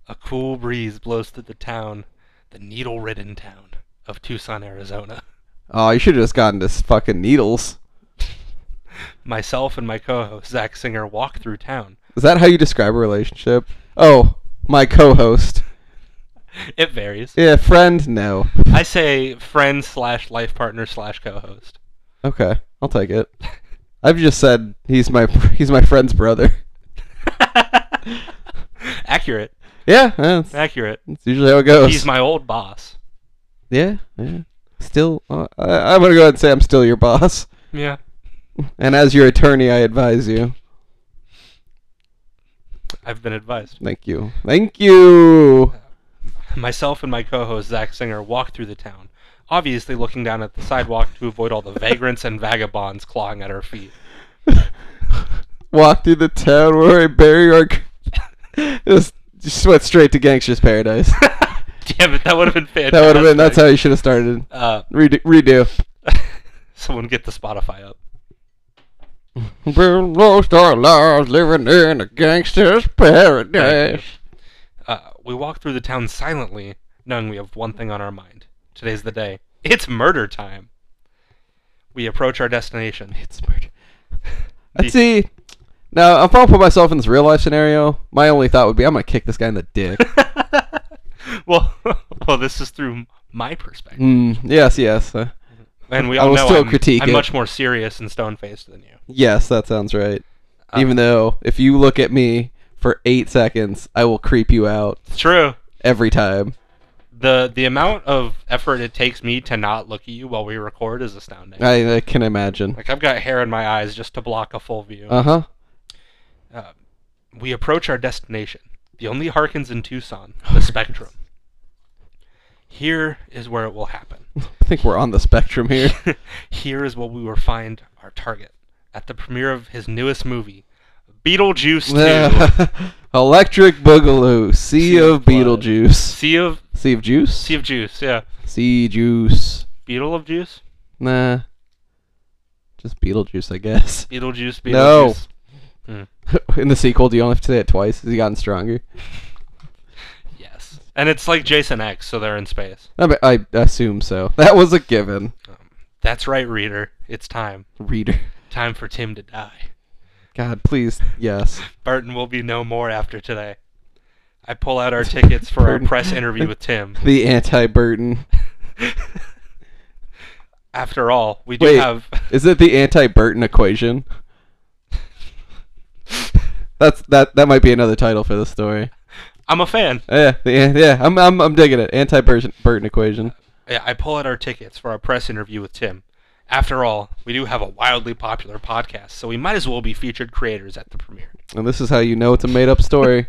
[SPEAKER 4] A cool breeze blows through the town, the needle-ridden town of Tucson, Arizona.
[SPEAKER 3] Oh, you should have just gotten this fucking needles.
[SPEAKER 4] Myself and my co-host Zach Singer walk through town.
[SPEAKER 3] Is that how you describe a relationship? Oh, my co-host.
[SPEAKER 4] It varies.
[SPEAKER 3] Yeah, friend. No.
[SPEAKER 4] I say friend slash life partner slash co-host.
[SPEAKER 3] Okay, I'll take it. I've just said he's my he's my friend's brother.
[SPEAKER 4] Accurate.
[SPEAKER 3] Yeah, that's,
[SPEAKER 4] Accurate.
[SPEAKER 3] that's usually how it goes.
[SPEAKER 4] He's my old boss.
[SPEAKER 3] yeah, yeah. Still, uh, I, I'm gonna go ahead and say I'm still your boss,
[SPEAKER 4] Yeah.
[SPEAKER 3] and as your attorney, I advise you.
[SPEAKER 4] I've been advised.
[SPEAKER 3] Thank you. Thank you.
[SPEAKER 4] Myself and my co host Zach Singer walk through the town, obviously looking down at the sidewalk to avoid all the vagrants and vagabonds clawing at our feet.
[SPEAKER 3] Walk through the town where I bury our. c- just, just went straight to Gangster's Paradise.
[SPEAKER 4] Damn it, that would have been fantastic.
[SPEAKER 3] That would have been. That's how you should have started.
[SPEAKER 4] Uh,
[SPEAKER 3] Redo. redo.
[SPEAKER 4] someone get the Spotify up.
[SPEAKER 3] We've lost our lives living in a gangster's paradise.
[SPEAKER 4] Uh, we walk through the town silently, knowing we have one thing on our mind. Today's the day. It's murder time. We approach our destination.
[SPEAKER 3] It's murder.
[SPEAKER 4] The-
[SPEAKER 3] I'd see. Now, if I put myself in this real life scenario, my only thought would be I'm going to kick this guy in the dick.
[SPEAKER 4] well, well, this is through my perspective.
[SPEAKER 3] mm, yes, yes. uh,
[SPEAKER 4] And we
[SPEAKER 3] I
[SPEAKER 4] all
[SPEAKER 3] will
[SPEAKER 4] know
[SPEAKER 3] still
[SPEAKER 4] I'm,
[SPEAKER 3] critique
[SPEAKER 4] I'm
[SPEAKER 3] it.
[SPEAKER 4] much more serious and stone faced than you.
[SPEAKER 3] Yes, that sounds right.
[SPEAKER 4] Uh,
[SPEAKER 3] Even though if you look at me for eight seconds, I will creep you out
[SPEAKER 4] It's true.
[SPEAKER 3] every time.
[SPEAKER 4] The the amount of effort it takes me to not look at you while we record is astounding.
[SPEAKER 3] I, I can imagine.
[SPEAKER 4] like I've got hair in my eyes just to block a full view.
[SPEAKER 3] Uh huh.
[SPEAKER 4] Uh, we approach our destination, the only Harkins in Tucson, the Spectrum. Here is where it will happen.
[SPEAKER 3] I think we're on the spectrum here.
[SPEAKER 4] Here is where we will find our target at the premiere of his newest movie, Beetlejuice 2.
[SPEAKER 3] Electric Boogaloo, Sea
[SPEAKER 4] Sea of
[SPEAKER 3] of Beetlejuice,
[SPEAKER 4] sea of
[SPEAKER 3] Sea of Juice,
[SPEAKER 4] Sea of Juice, yeah.
[SPEAKER 3] Sea Juice.
[SPEAKER 4] Beetle of Juice?
[SPEAKER 3] Nah, just Beetlejuice, I guess.
[SPEAKER 4] Beetlejuice, Beetlejuice.
[SPEAKER 3] No. In the sequel, do you only have to say it twice? Has he gotten stronger?
[SPEAKER 4] Yes. And it's like Jason X, so they're in space.
[SPEAKER 3] I, mean, I assume so. That was a given.
[SPEAKER 4] That's right, reader. It's time.
[SPEAKER 3] Reader,
[SPEAKER 4] Time for Tim to die.
[SPEAKER 3] God, please, yes.
[SPEAKER 4] Barton will be no more after today. I pull out our tickets for our
[SPEAKER 3] Burton.
[SPEAKER 4] press interview with Tim.
[SPEAKER 3] The anti-Burton.
[SPEAKER 4] After all, we do
[SPEAKER 3] Wait.
[SPEAKER 4] have.
[SPEAKER 3] Is it the anti-Burton equation? That's that. That might be another title for the story.
[SPEAKER 4] I'm a fan.
[SPEAKER 3] Yeah, the, an- yeah. I'm, I'm, I'm digging it. Anti-Burton Burton equation.
[SPEAKER 4] Yeah, I pull out our tickets for our press interview with Tim. After all, we do have a wildly popular podcast, so we might as well be featured creators at the premiere.
[SPEAKER 3] And this is how you know it's a made up story.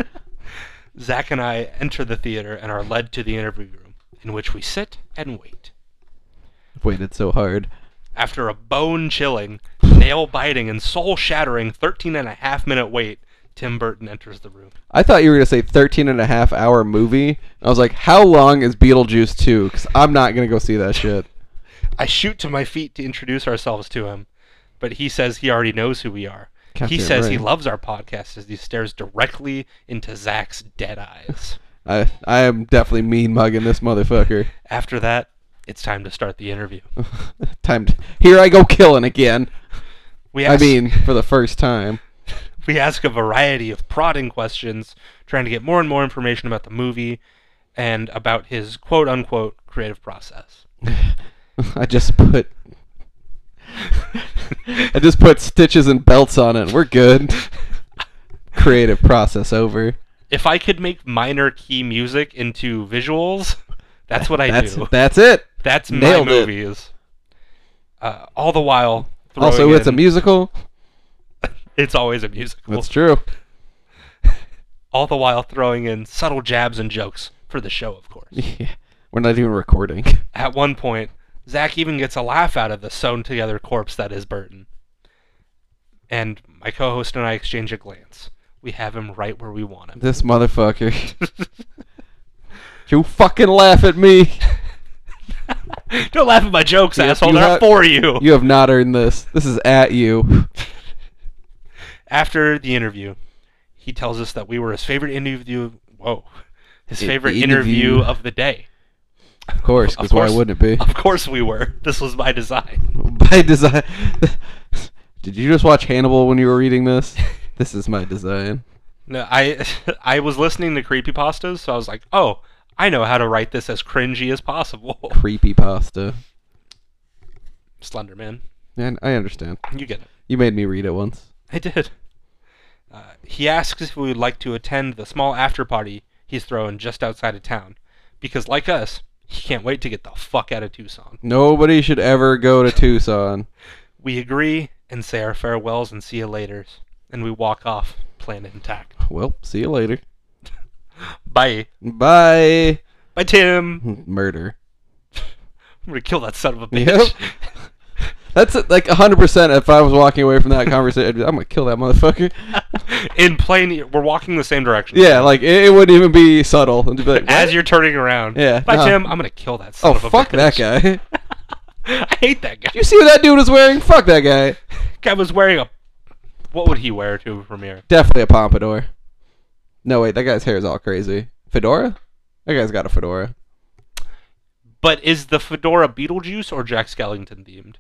[SPEAKER 4] Zach and I enter the theater and are led to the interview room, in which we sit and wait.
[SPEAKER 3] I've waited so hard.
[SPEAKER 4] After a bone chilling, nail biting, and soul shattering 13 and a half minute wait, Tim Burton enters the room.
[SPEAKER 3] I thought you were going to say 13 and a half hour movie. I was like, how long is Beetlejuice 2? Because I'm not going to go see that shit.
[SPEAKER 4] I shoot to my feet to introduce ourselves to him, but he says he already knows who we are. he
[SPEAKER 3] Goddamn
[SPEAKER 4] says he
[SPEAKER 3] right.
[SPEAKER 4] loves our podcast as he stares directly into Zach's dead eyes.
[SPEAKER 3] I, I am definitely mean mugging this motherfucker.
[SPEAKER 4] After that, it's time to start the interview.
[SPEAKER 3] Uh, Time to, here I go killing again.
[SPEAKER 4] We ask,
[SPEAKER 3] I mean, for the first time.
[SPEAKER 4] we ask a variety of prodding questions, trying to get more and more information about the movie and about his quote unquote creative process.
[SPEAKER 3] I just put I just put stitches and belts on it. We're good. Creative process over.
[SPEAKER 4] If I could make minor key music into visuals, that's what I
[SPEAKER 3] that's
[SPEAKER 4] do.
[SPEAKER 3] that's it.
[SPEAKER 4] That's
[SPEAKER 3] Nailed
[SPEAKER 4] my
[SPEAKER 3] it.
[SPEAKER 4] movies. Uh, all the while, throwing
[SPEAKER 3] Also, it's a
[SPEAKER 4] in-
[SPEAKER 3] musical.
[SPEAKER 4] It's always a musical.
[SPEAKER 3] That's true.
[SPEAKER 4] all the while throwing in subtle jabs and jokes for the show, of course.
[SPEAKER 3] Yeah. We're not even recording.
[SPEAKER 4] At one point, Zach even gets a laugh out of the sewn together corpse that is Burton. And my co-host and I exchange a glance. We have him right where we want him.
[SPEAKER 3] This motherfucker. You fucking laugh at me.
[SPEAKER 4] Don't laugh at my jokes,
[SPEAKER 3] Yes,
[SPEAKER 4] asshole.
[SPEAKER 3] you
[SPEAKER 4] They're
[SPEAKER 3] have-
[SPEAKER 4] for you.
[SPEAKER 3] You have not earned this. This is at you.
[SPEAKER 4] After the interview, he tells us that we were his favorite interview. Whoa, his
[SPEAKER 3] I-
[SPEAKER 4] favorite
[SPEAKER 3] interview.
[SPEAKER 4] interview of the day.
[SPEAKER 3] Of course,
[SPEAKER 4] Of
[SPEAKER 3] because why
[SPEAKER 4] course.
[SPEAKER 3] wouldn't it be?
[SPEAKER 4] Of course we were. This was by design.
[SPEAKER 3] By design. Did you just watch Hannibal when you were reading this? This is my design.
[SPEAKER 4] No, I I was listening to creepypastas, so I was like, "Oh, I know how to write this as cringy as possible."
[SPEAKER 3] Creepy pasta.
[SPEAKER 4] Slenderman,
[SPEAKER 3] And I understand.
[SPEAKER 4] you get it.
[SPEAKER 3] You made me read it once.
[SPEAKER 4] I did. Uh, he asks if we would like to attend the small after party he's throwing just outside of town, because like us, he can't wait to get the fuck out of Tucson.
[SPEAKER 3] Nobody should ever go to Tucson.
[SPEAKER 4] We agree and say our farewells and see you laters, and we walk off, plan intact.
[SPEAKER 3] Well, see you later.
[SPEAKER 4] Bye,
[SPEAKER 3] Bye.
[SPEAKER 4] bye, Tim.
[SPEAKER 3] Murder.
[SPEAKER 4] I'm gonna kill that son of a bitch.
[SPEAKER 3] Yep. That's it, like 100% if I was walking away from that conversation, I'd be, I'm going to kill that motherfucker.
[SPEAKER 4] In plain, we're walking the same direction.
[SPEAKER 3] Yeah, like it, it wouldn't even be subtle. It'd be like,
[SPEAKER 4] As
[SPEAKER 3] "What?"
[SPEAKER 4] you're turning around.
[SPEAKER 3] Yeah,
[SPEAKER 4] Bye,
[SPEAKER 3] no.
[SPEAKER 4] Tim. I'm gonna kill that son
[SPEAKER 3] Oh,
[SPEAKER 4] of a
[SPEAKER 3] fuck that
[SPEAKER 4] bitch.
[SPEAKER 3] guy.
[SPEAKER 4] I hate that guy.
[SPEAKER 3] you see what that dude was wearing? Fuck that guy.
[SPEAKER 4] Guy was wearing a. What would he wear to a premiere?
[SPEAKER 3] Definitely a pompadour. No, wait, that guy's hair is all crazy. Fedora? That guy's got a fedora.
[SPEAKER 4] But is the fedora Beetlejuice or Jack Skellington themed?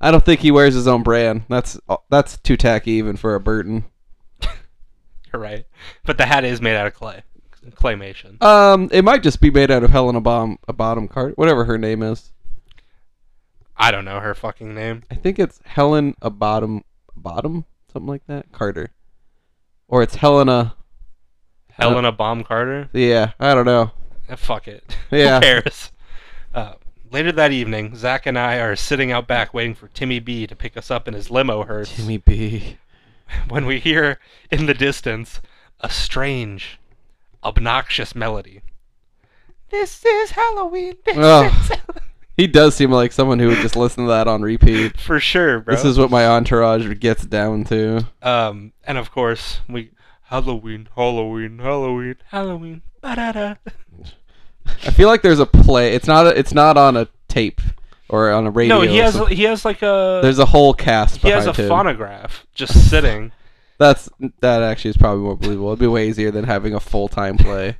[SPEAKER 3] I don't think he wears his own brand. That's uh, that's too tacky even for a Burton.
[SPEAKER 4] You're right. But the hat is made out of clay, claymation.
[SPEAKER 3] Um, it might just be made out of Helena Bom, a bottom card, whatever her name is.
[SPEAKER 4] I don't know her fucking name.
[SPEAKER 3] I think it's Helen a bottom bottom something like that Carter, or it's Helena. I don't-
[SPEAKER 4] Helena Baum Carter.
[SPEAKER 3] Yeah, I don't know.
[SPEAKER 4] Eh, Fuck it.
[SPEAKER 3] Yeah.
[SPEAKER 4] Who cares? Uh, later that evening, Zach and I are sitting out back waiting for Timmy B to pick us up in his limo hearse
[SPEAKER 3] Timmy B.
[SPEAKER 4] when we hear in the distance a strange, obnoxious melody. This is Halloween. This
[SPEAKER 3] Ugh.
[SPEAKER 4] is Halloween.
[SPEAKER 3] He does seem like someone who would just listen to that on repeat.
[SPEAKER 4] For sure, bro.
[SPEAKER 3] This is what my entourage gets down to.
[SPEAKER 4] Um, and of course, we Halloween, Halloween, Halloween, Halloween. Ba-da-da.
[SPEAKER 3] I feel like there's a play. It's not. A, it's not on a tape or on a radio.
[SPEAKER 4] No, he
[SPEAKER 3] or
[SPEAKER 4] has
[SPEAKER 3] something.
[SPEAKER 4] he has like a
[SPEAKER 3] There's a whole cast.
[SPEAKER 4] he has a
[SPEAKER 3] behind him.
[SPEAKER 4] phonograph just sitting.
[SPEAKER 3] That's that actually is probably more believable. It'd be way easier than having a full time play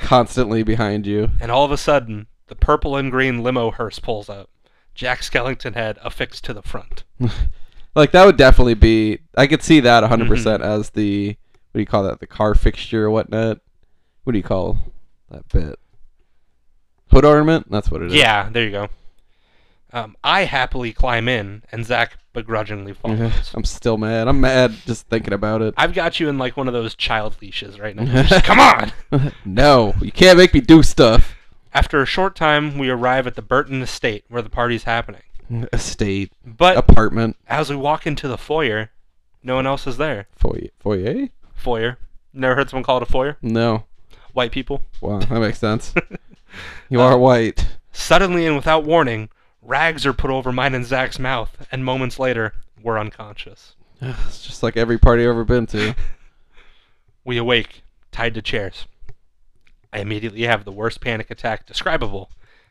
[SPEAKER 3] constantly behind you.
[SPEAKER 4] And all of a sudden, the purple and green limo hearse pulls up. Jack Skellington head affixed to the front.
[SPEAKER 3] Like that would definitely be. I could see that 100 percent as the what do you call that? The car fixture or whatnot. What do you call that bit? Hood ornament. That's what it is.
[SPEAKER 4] Yeah, there you go. Um, I happily climb in, and Zach begrudgingly follows.
[SPEAKER 3] I'm still mad. I'm mad just thinking about it.
[SPEAKER 4] I've got you in like one of those child leashes right now. Just, Come on!
[SPEAKER 3] no, you can't make me do stuff.
[SPEAKER 4] After a short time, we arrive at the Burton estate where the party's happening.
[SPEAKER 3] Estate
[SPEAKER 4] But
[SPEAKER 3] apartment
[SPEAKER 4] as we walk into the foyer, no one else is there.
[SPEAKER 3] foyer. Foyer?
[SPEAKER 4] Foyer. Never heard someone call it a foyer?
[SPEAKER 3] No.
[SPEAKER 4] White people.
[SPEAKER 3] Wow, that makes sense. you are white.
[SPEAKER 4] Suddenly and without warning, rags are put over mine and Zach's mouth, and moments later, we're unconscious.
[SPEAKER 3] Ugh, It's just like every party I've ever been to.
[SPEAKER 4] We awake, tied to chairs. I immediately have the worst panic attack describable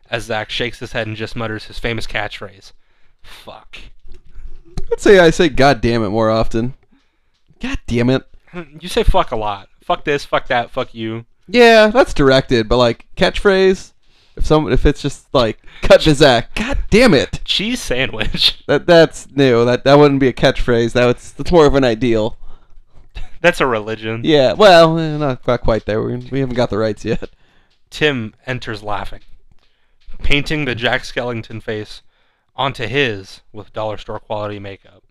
[SPEAKER 4] as Zach shakes his head and just mutters his famous catchphrase Fuck.
[SPEAKER 3] I'd say I say "God damn it" more often. God damn it.
[SPEAKER 4] You say fuck a lot. Fuck this, fuck that, fuck you.
[SPEAKER 3] Yeah, that's directed, but like catchphrase. If some, if it's just like cut to Zach, God damn it.
[SPEAKER 4] Cheese sandwich.
[SPEAKER 3] That that's new. That that wouldn't be a catchphrase. That was that's more of an ideal.
[SPEAKER 4] That's a religion.
[SPEAKER 3] Yeah. Well, eh, not not quite there. We we haven't got the rights yet.
[SPEAKER 4] Tim enters laughing, painting the Jack Skellington face onto his with dollar store quality makeup.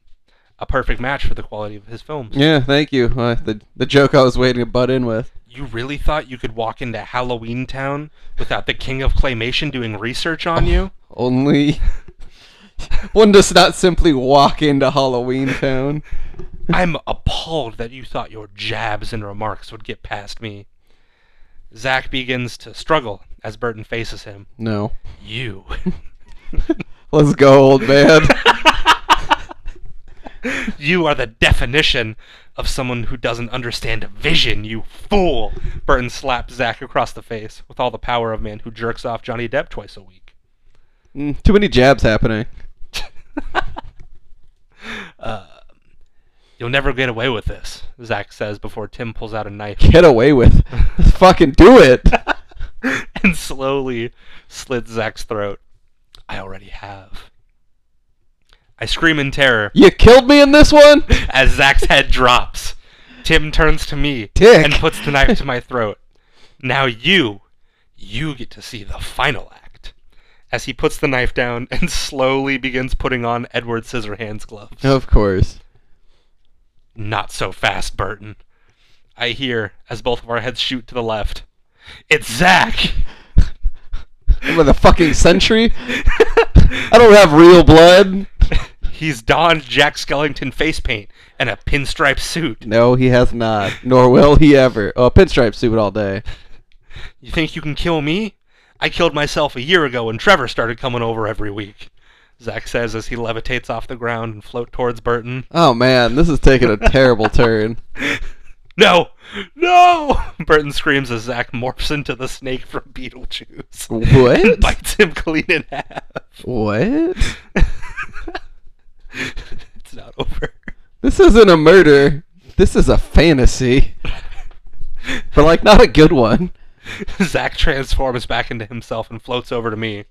[SPEAKER 4] A perfect match for the quality of his films.
[SPEAKER 3] Yeah. Thank you. Uh, the the joke I was waiting to butt in with.
[SPEAKER 4] You really thought you could walk into Halloween Town without the King of Claymation doing research on you?
[SPEAKER 3] Only one does not simply walk into Halloween Town.
[SPEAKER 4] I'm appalled that you thought your jabs and remarks would get past me. Zack begins to struggle as Burton faces him.
[SPEAKER 3] No.
[SPEAKER 4] You.
[SPEAKER 3] Let's go, old man.
[SPEAKER 4] You are the definition of someone who doesn't understand a vision, you fool! Burton slaps Zack across the face with all the power of a man who jerks off Johnny Depp twice a week.
[SPEAKER 3] Mm, Too many jabs happening.
[SPEAKER 4] You'll never get away with this, Zack says before Tim pulls out a knife
[SPEAKER 3] Get away with. fucking do it.
[SPEAKER 4] and slowly slits Zack's throat. I already have. I scream in terror
[SPEAKER 3] You killed me in this one.
[SPEAKER 4] as Zack's head drops. Tim turns to me
[SPEAKER 3] Dick.
[SPEAKER 4] and puts the knife to my throat. Now you, you get to see the final act. As he puts the knife down and slowly begins putting on Edward Scissorhands gloves.
[SPEAKER 3] Of course.
[SPEAKER 4] Not so fast, Burton. I hear as both of our heads shoot to the left. It's Zack!
[SPEAKER 3] Remember the fucking sentry? I don't have real blood.
[SPEAKER 4] He's donned Jack Skellington face paint and a pinstripe suit.
[SPEAKER 3] No, he has not. Nor will he ever. Oh, a pinstripe suit all day.
[SPEAKER 4] You think you can kill me? I killed myself a year ago when Trevor started coming over every week. Zack says as he levitates off the ground and float towards Burton.
[SPEAKER 3] Oh man, this is taking a terrible turn.
[SPEAKER 4] No! No! Burton screams as Zack morphs into the snake from Beetlejuice.
[SPEAKER 3] What?
[SPEAKER 4] And bites him clean in half.
[SPEAKER 3] What?
[SPEAKER 4] It's not over.
[SPEAKER 3] This isn't a murder. This is a fantasy. But like not a good one.
[SPEAKER 4] Zack transforms back into himself and floats over to me.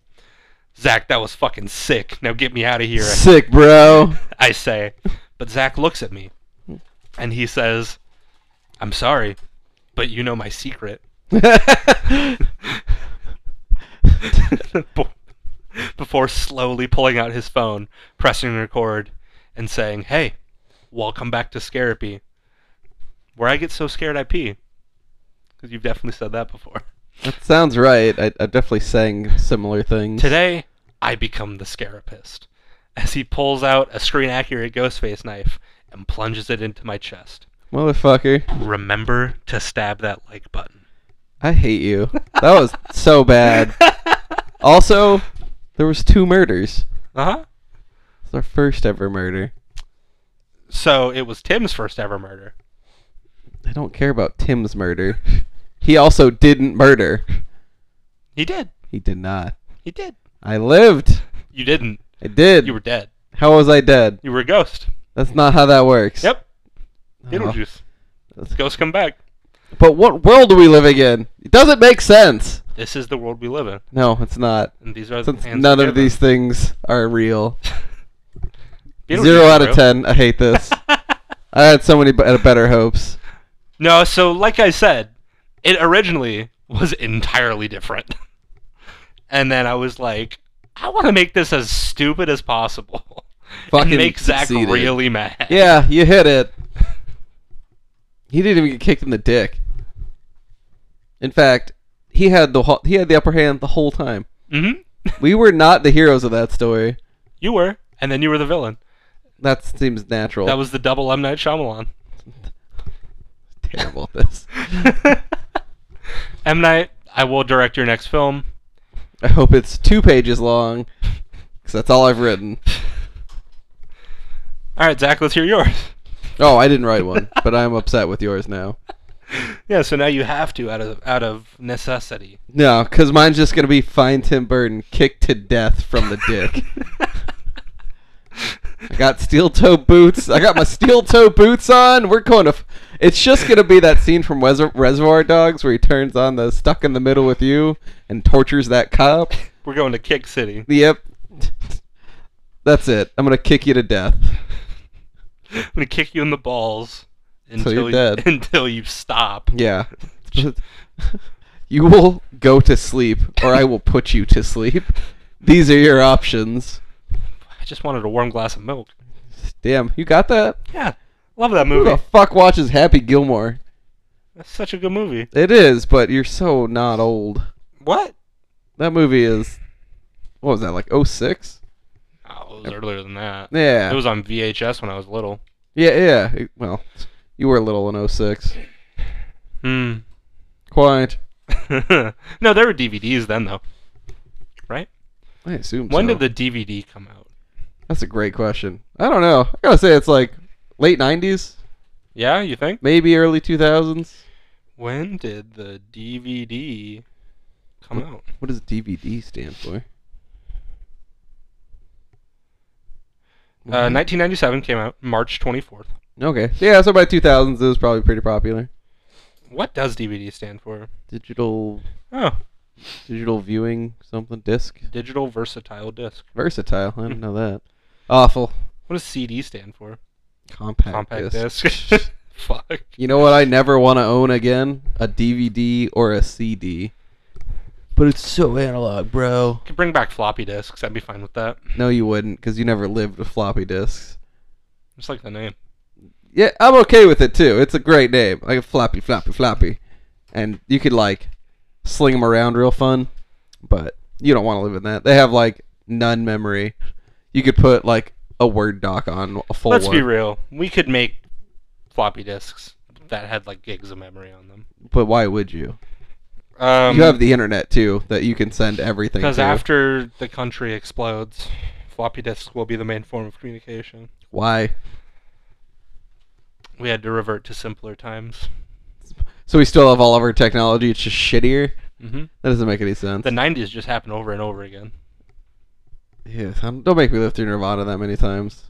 [SPEAKER 4] Zack, that was fucking sick. Now get me out of here.
[SPEAKER 3] Sick, bro.
[SPEAKER 4] I say. But Zach looks at me and he says, I'm sorry, but you know my secret. Bo- before slowly pulling out his phone, pressing record, and saying, "Hey, welcome back to Scarapy, where I get so scared I pee." Because you've definitely said that before.
[SPEAKER 3] That sounds right. I, I definitely sang similar things.
[SPEAKER 4] Today, I become the Scarapist as he pulls out a screen accurate Ghostface knife and plunges it into my chest.
[SPEAKER 3] Motherfucker.
[SPEAKER 4] Remember to stab that like button.
[SPEAKER 3] I hate you. That was so bad. Also, there was two murders.
[SPEAKER 4] Uh huh.
[SPEAKER 3] It's our first ever murder.
[SPEAKER 4] So it was Tim's first ever murder.
[SPEAKER 3] I don't care about Tim's murder. He also didn't murder.
[SPEAKER 4] He did.
[SPEAKER 3] He did not.
[SPEAKER 4] He did.
[SPEAKER 3] I lived.
[SPEAKER 4] You didn't.
[SPEAKER 3] I did.
[SPEAKER 4] You were dead.
[SPEAKER 3] How was I dead?
[SPEAKER 4] You were a ghost.
[SPEAKER 3] That's not how that works.
[SPEAKER 4] Yep.
[SPEAKER 3] Oh.
[SPEAKER 4] Beetlejuice.
[SPEAKER 3] That's-
[SPEAKER 4] Ghosts come back.
[SPEAKER 3] But what world are we living in? It doesn't make sense.
[SPEAKER 4] This is the world we live in,
[SPEAKER 3] No, it's not.
[SPEAKER 4] and these are
[SPEAKER 3] Since
[SPEAKER 4] the hands
[SPEAKER 3] none
[SPEAKER 4] we're
[SPEAKER 3] of
[SPEAKER 4] given.
[SPEAKER 3] these things are real.
[SPEAKER 4] Beetlejuice,
[SPEAKER 3] Zero out of
[SPEAKER 4] bro.
[SPEAKER 3] ten. I hate this. I had so many b- better hopes.
[SPEAKER 4] No, so like I said, it originally was entirely different. and then I was like, I want to make this as stupid as possible.
[SPEAKER 3] Fucking
[SPEAKER 4] and make Zach
[SPEAKER 3] succeeded.
[SPEAKER 4] really mad.
[SPEAKER 3] Yeah, you hit it. He didn't even get kicked in the dick. In fact, he had the ho- he had the upper hand the whole time.
[SPEAKER 4] hmm
[SPEAKER 3] We were not the heroes of that story.
[SPEAKER 4] You were, and then you were the villain.
[SPEAKER 3] That seems natural.
[SPEAKER 4] That was the double M. Night Shyamalan.
[SPEAKER 3] terrible at this.
[SPEAKER 4] M. Night, I will direct your next film.
[SPEAKER 3] I hope it's two pages long, because that's all I've written.
[SPEAKER 4] All right, Zach, let's hear yours.
[SPEAKER 3] Oh, I didn't write one, but I'm upset with yours now.
[SPEAKER 4] Yeah, so now you have to out of out of necessity.
[SPEAKER 3] No, because mine's just gonna be find Tim Burton kicked to death from the dick. I got steel toe boots. I got my steel toe boots on. We're going to. F- it's just gonna be that scene from Wes- Reservoir Dogs where he turns on the stuck in the middle with you and tortures that cop.
[SPEAKER 4] We're going to Kick City.
[SPEAKER 3] Yep. That's it. I'm gonna kick you to death.
[SPEAKER 4] I'm gonna kick you in the balls until
[SPEAKER 3] you're
[SPEAKER 4] you
[SPEAKER 3] dead.
[SPEAKER 4] until you stop.
[SPEAKER 3] Yeah. you will go to sleep, or I will put you to sleep. These are your options.
[SPEAKER 4] I just wanted a warm glass of milk.
[SPEAKER 3] Damn, you got that?
[SPEAKER 4] Yeah, love that
[SPEAKER 3] Who the
[SPEAKER 4] movie.
[SPEAKER 3] fuck watches Happy Gilmore?
[SPEAKER 4] That's such a good movie.
[SPEAKER 3] It is, but you're so not old.
[SPEAKER 4] What?
[SPEAKER 3] That movie is. What was that, like 06?
[SPEAKER 4] Oh, it was earlier than that.
[SPEAKER 3] Yeah.
[SPEAKER 4] It was on VHS when I was little.
[SPEAKER 3] yeah, yeah. It- Well, you were little in 06.
[SPEAKER 4] Hmm.
[SPEAKER 3] Quite.
[SPEAKER 4] no, there were DVDs then though.
[SPEAKER 3] I assume
[SPEAKER 4] When
[SPEAKER 3] so.
[SPEAKER 4] did the DVD come out?
[SPEAKER 3] That's a great question. I don't know. I gotta say, it's like late 90s,
[SPEAKER 4] Yeah, you think?
[SPEAKER 3] maybe early 2000s.
[SPEAKER 4] When did the DVD come out?
[SPEAKER 3] What does DVD stand for?
[SPEAKER 4] Uh, 1997 came out March 24th.
[SPEAKER 3] okay. Yeah, so by 2000s, it was probably pretty popular.
[SPEAKER 4] What does DVD stand for?
[SPEAKER 3] Digital,
[SPEAKER 4] Oh,
[SPEAKER 3] digital viewing, something disc,
[SPEAKER 4] digital versatile disc.
[SPEAKER 3] versatile. I didn't know that. Awful.
[SPEAKER 4] What does CD stand for?
[SPEAKER 3] Compact,
[SPEAKER 4] compact
[SPEAKER 3] disc.
[SPEAKER 4] disc. Fuck.
[SPEAKER 3] You know what? I never want to own again a DVD or a CD. But it's so analog, bro.
[SPEAKER 4] Could bring back floppy disks. I'd be fine with that.
[SPEAKER 3] No, you wouldn't, because you never lived with floppy disks.
[SPEAKER 4] Just like the name.
[SPEAKER 3] Yeah, I'm okay with it too. It's a great name, like floppy, floppy, floppy, and you could like sling them around real fun. But you don't want to live in that. They have like none memory. You could put like a word doc on a full.
[SPEAKER 4] Let's
[SPEAKER 3] one.
[SPEAKER 4] be real. We could make floppy disks that had like gigs of memory on them.
[SPEAKER 3] But why would you?
[SPEAKER 4] Um,
[SPEAKER 3] you have the internet too that you can send everything.
[SPEAKER 4] because
[SPEAKER 3] to.
[SPEAKER 4] after the country explodes, floppy disks will be the main form of communication.
[SPEAKER 3] why?
[SPEAKER 4] We had to revert to simpler times.
[SPEAKER 3] So we still have all of our technology. It's just shittier.
[SPEAKER 4] hmm
[SPEAKER 3] That doesn't make any sense.
[SPEAKER 4] The '90s just happened over and over again.
[SPEAKER 3] yeah, I'm- don't make me live through Nirvana that many times.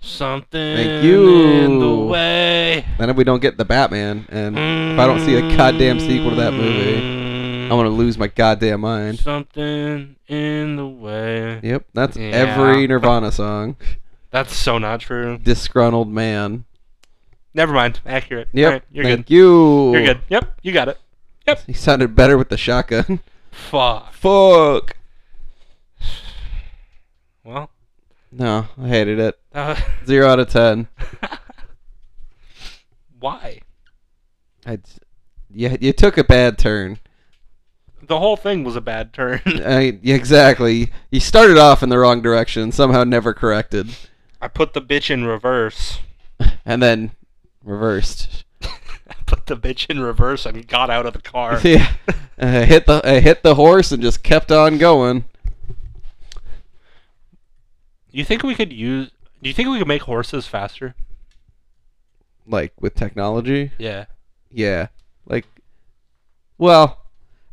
[SPEAKER 4] Something in the
[SPEAKER 3] you.
[SPEAKER 4] way.
[SPEAKER 3] Then if we don't get the Batman, and if I don't see a goddamn sequel to that movie. I'm gonna lose my goddamn mind.
[SPEAKER 4] Mm, Something in the way.
[SPEAKER 3] Yep, that's
[SPEAKER 4] Yeah.
[SPEAKER 3] every Nirvana song.
[SPEAKER 4] That's so not true.
[SPEAKER 3] Disgruntled man.
[SPEAKER 4] Never mind. Accurate.
[SPEAKER 3] Yep,
[SPEAKER 4] Alright, you're
[SPEAKER 3] thank
[SPEAKER 4] good.
[SPEAKER 3] you.
[SPEAKER 4] You're good. Yep, you got it.
[SPEAKER 3] He sounded better with the shotgun.
[SPEAKER 4] Fuck.
[SPEAKER 3] Fuck.
[SPEAKER 4] Well,
[SPEAKER 3] No, I hated it.
[SPEAKER 4] uh,
[SPEAKER 3] Zero out of ten.
[SPEAKER 4] why?
[SPEAKER 3] I, you, you took a bad turn.
[SPEAKER 4] The whole thing was a bad turn.
[SPEAKER 3] I, yeah, exactly. You started off in the wrong direction, and somehow never corrected,
[SPEAKER 4] I put the bitch in reverse.
[SPEAKER 3] and then reversed.
[SPEAKER 4] I put the bitch in reverse and got out of the car.
[SPEAKER 3] Yeah, I hit the I hit the horse and just kept on going.
[SPEAKER 4] You think we could use? Do you think we could make horses faster?
[SPEAKER 3] Like with technology,
[SPEAKER 4] Yeah.
[SPEAKER 3] yeah. Like, well,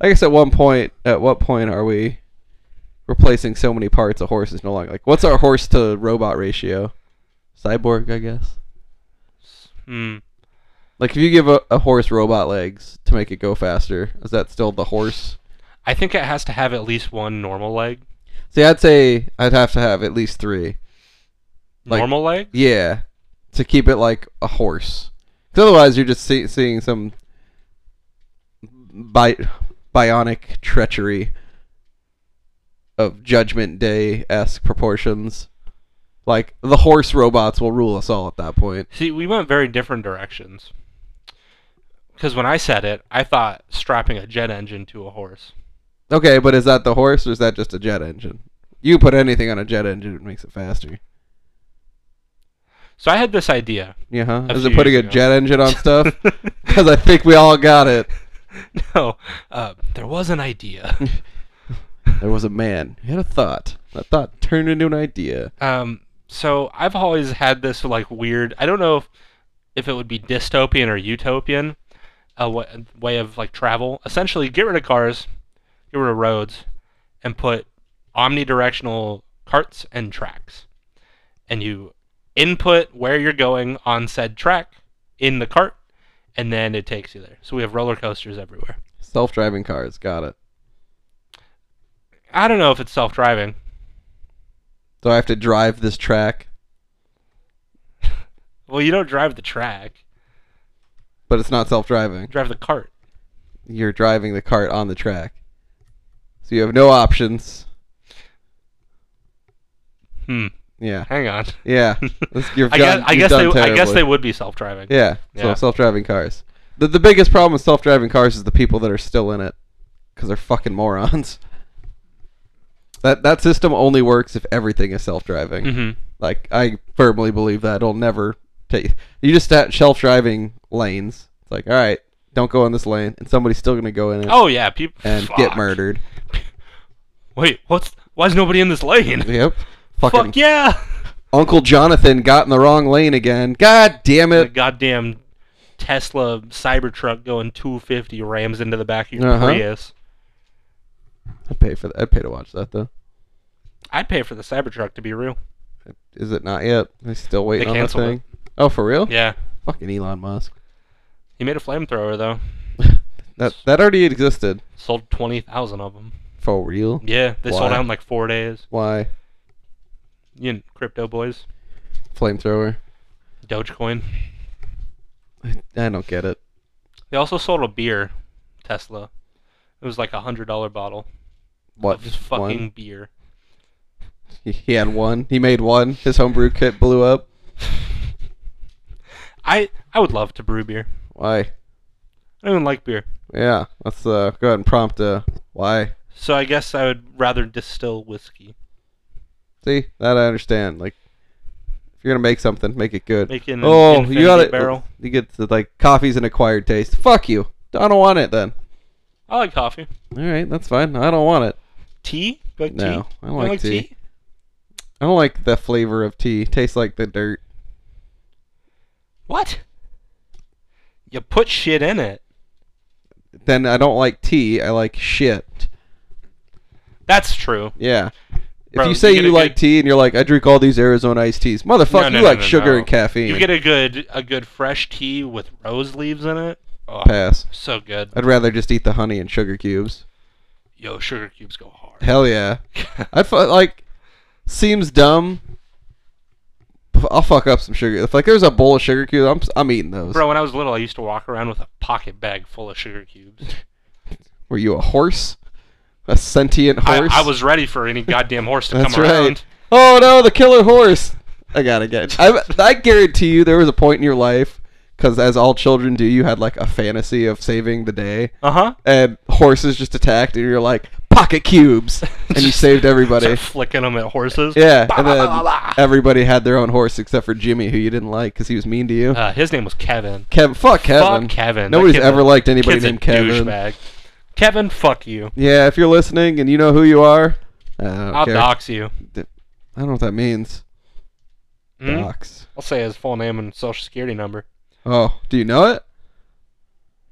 [SPEAKER 3] I guess at one point, at what point are we replacing so many parts? A horse is no longer like. What's our horse to robot ratio? Cyborg, I guess.
[SPEAKER 4] Hmm.
[SPEAKER 3] Like if you give a, a horse robot legs to make it go faster, is that still the horse?
[SPEAKER 4] I think it has to have at least one normal leg.
[SPEAKER 3] See, I'd say I'd have to have at least three. Like-
[SPEAKER 4] normal leg?
[SPEAKER 3] Yeah, to keep it like a horse. 'Cause otherwise, you're just see- seeing some bi- bionic treachery of Judgment Day esque proportions. Like the horse robots will rule us all at that point.
[SPEAKER 4] See, we went very different directions. Because when I said it, I thought strapping a jet engine to a horse.
[SPEAKER 3] Okay, but is that the horse or is that just a jet engine? You put anything on a jet engine, it makes it faster.
[SPEAKER 4] So I had this idea.
[SPEAKER 3] Yeah, huh?
[SPEAKER 4] A
[SPEAKER 3] Is it
[SPEAKER 4] few
[SPEAKER 3] putting
[SPEAKER 4] years
[SPEAKER 3] a
[SPEAKER 4] ago.
[SPEAKER 3] jet engine on stuff? Because I think we all got it.
[SPEAKER 4] no, uh, there was an idea.
[SPEAKER 3] There was a man. He had a thought. That thought turned into an idea.
[SPEAKER 4] Um, so I've always had this like weird. I don't know if, if it would be dystopian or utopian, a wa- way of like travel. Essentially, get rid of cars, get rid of roads, and put omnidirectional carts and tracks. And you input where you're going on said track in the cart, and then it takes you there. So we have roller coasters everywhere.
[SPEAKER 3] Self driving cars. Got it.
[SPEAKER 4] I don't know if it's self-driving.
[SPEAKER 3] So I have to drive this track,
[SPEAKER 4] Well, you don't drive the track,
[SPEAKER 3] but it's not self driving.
[SPEAKER 4] you drive the cart.
[SPEAKER 3] You're driving the cart on the track. So you have no options.
[SPEAKER 4] Hmm.
[SPEAKER 3] Yeah.
[SPEAKER 4] Hang on.
[SPEAKER 3] Yeah. This, you've
[SPEAKER 4] I
[SPEAKER 3] done,
[SPEAKER 4] guess, I
[SPEAKER 3] you've
[SPEAKER 4] guess they
[SPEAKER 3] done
[SPEAKER 4] I guess
[SPEAKER 3] terribly.
[SPEAKER 4] they would be self-driving.
[SPEAKER 3] Yeah. So
[SPEAKER 4] Yeah.
[SPEAKER 3] self-driving cars. The the biggest problem with self-driving cars is the people that are still in it, because they're fucking morons. That that system only works if everything is self-driving.
[SPEAKER 4] Mhm.
[SPEAKER 3] Like I firmly believe that it'll never take. You just have self-driving lanes. It's like all right, don't go in this lane, and somebody's still gonna go in it
[SPEAKER 4] Oh yeah, people
[SPEAKER 3] and get murdered.
[SPEAKER 4] Wait, what's why is nobody in this lane?
[SPEAKER 3] Yep. Fucking
[SPEAKER 4] Fuck yeah!
[SPEAKER 3] Uncle Jonathan got in the wrong lane again. God damn
[SPEAKER 4] The
[SPEAKER 3] it.
[SPEAKER 4] goddamn Tesla Cybertruck going 250 rams into the back of your
[SPEAKER 3] Uh-huh.
[SPEAKER 4] Prius.
[SPEAKER 3] I'd pay for that. I'd pay to watch that though.
[SPEAKER 4] I'd pay for the Cybertruck to be real.
[SPEAKER 3] Is it not yet? They still waiting on that
[SPEAKER 4] canceled it.
[SPEAKER 3] thing. Oh, for real?
[SPEAKER 4] Yeah,
[SPEAKER 3] Fucking Elon Musk.
[SPEAKER 4] he made a flamethrower though.
[SPEAKER 3] That that already existed.
[SPEAKER 4] Sold 20,000 of them.
[SPEAKER 3] For real?
[SPEAKER 4] Yeah, they sold
[SPEAKER 3] Why?
[SPEAKER 4] out in like four days.
[SPEAKER 3] Why?
[SPEAKER 4] You know, crypto boys,
[SPEAKER 3] Flamethrower.
[SPEAKER 4] Dogecoin.
[SPEAKER 3] I, I don't get it.
[SPEAKER 4] They also sold a beer, Tesla. It was like a hundred dollar bottle
[SPEAKER 3] What?
[SPEAKER 4] of just fucking
[SPEAKER 3] one?
[SPEAKER 4] beer.
[SPEAKER 3] He, he had one. He made one. His homebrew kit blew up.
[SPEAKER 4] I I would love to brew beer.
[SPEAKER 3] Why?
[SPEAKER 4] I don't even like beer.
[SPEAKER 3] Yeah. Let's uh, go ahead and prompt uh, why.
[SPEAKER 4] So I guess I would rather distill whiskey.
[SPEAKER 3] See that I understand. Like, if you're gonna make something, make it good.
[SPEAKER 4] Make it in an
[SPEAKER 3] oh, you
[SPEAKER 4] infinity
[SPEAKER 3] got it.
[SPEAKER 4] barrel.
[SPEAKER 3] You get to, like coffee's an acquired taste. Fuck you. I don't want it then.
[SPEAKER 4] I like coffee.
[SPEAKER 3] All right, that's fine. I don't want it.
[SPEAKER 4] Tea? You like
[SPEAKER 3] No,
[SPEAKER 4] tea?
[SPEAKER 3] I
[SPEAKER 4] You
[SPEAKER 3] don't like tea. I don't like the flavor of tea. Tastes like the dirt.
[SPEAKER 4] What? You put shit in it.
[SPEAKER 3] Then I don't like tea. I like shit.
[SPEAKER 4] That's true.
[SPEAKER 3] Yeah. If
[SPEAKER 4] Bro,
[SPEAKER 3] you say
[SPEAKER 4] you
[SPEAKER 3] you,
[SPEAKER 4] get a
[SPEAKER 3] like
[SPEAKER 4] good-
[SPEAKER 3] tea and you're like, I drink all these Arizona iced teas, motherfucker,
[SPEAKER 4] No, no,
[SPEAKER 3] you
[SPEAKER 4] no,
[SPEAKER 3] like
[SPEAKER 4] no,
[SPEAKER 3] sugar
[SPEAKER 4] no.
[SPEAKER 3] and caffeine.
[SPEAKER 4] You get a good a good fresh tea with rose leaves in it. Oh,
[SPEAKER 3] pass.
[SPEAKER 4] so good.
[SPEAKER 3] I'd rather just eat the honey and sugar cubes.
[SPEAKER 4] Yo, sugar cubes go hard.
[SPEAKER 3] Hell yeah. I'd fu- like. Seems dumb. but I'll fuck up some sugar. If like there's a bowl of sugar cubes, I'm s- I'm eating those.
[SPEAKER 4] Bro, when I was little, I used to walk around with a pocket bag full of sugar cubes.
[SPEAKER 3] Were you a horse? A sentient
[SPEAKER 4] I,
[SPEAKER 3] horse?
[SPEAKER 4] I was ready for any goddamn horse to
[SPEAKER 3] That's
[SPEAKER 4] come
[SPEAKER 3] right.
[SPEAKER 4] around.
[SPEAKER 3] oh no, the killer horse. I gotta get. I, I guarantee you, there was a point in your life, because as all children do, you had like a fantasy of saving the day,
[SPEAKER 4] Uh huh.
[SPEAKER 3] and horses just attacked, and you're like pocket cubes, and you saved everybody.
[SPEAKER 4] flicking them at horses.
[SPEAKER 3] Yeah,
[SPEAKER 4] Bah,
[SPEAKER 3] and
[SPEAKER 4] bah,
[SPEAKER 3] then
[SPEAKER 4] bah, bah, bah.
[SPEAKER 3] everybody had their own horse except for Jimmy, who you didn't like because he was mean to you.
[SPEAKER 4] Uh, his name was Kevin.
[SPEAKER 3] Kev, fuck Kevin.
[SPEAKER 4] Fuck Kevin. That
[SPEAKER 3] Nobody's
[SPEAKER 4] kid's a-
[SPEAKER 3] ever liked anybody
[SPEAKER 4] kid's a
[SPEAKER 3] named Kevin.
[SPEAKER 4] douchebag. Kevin, fuck you.
[SPEAKER 3] Yeah, if you're listening and you know who you are, I don't
[SPEAKER 4] I'll
[SPEAKER 3] care.
[SPEAKER 4] dox you.
[SPEAKER 3] I don't know what that means.
[SPEAKER 4] Hmm?
[SPEAKER 3] Dox.
[SPEAKER 4] I'll say his full name and social security number.
[SPEAKER 3] Oh, do you know it?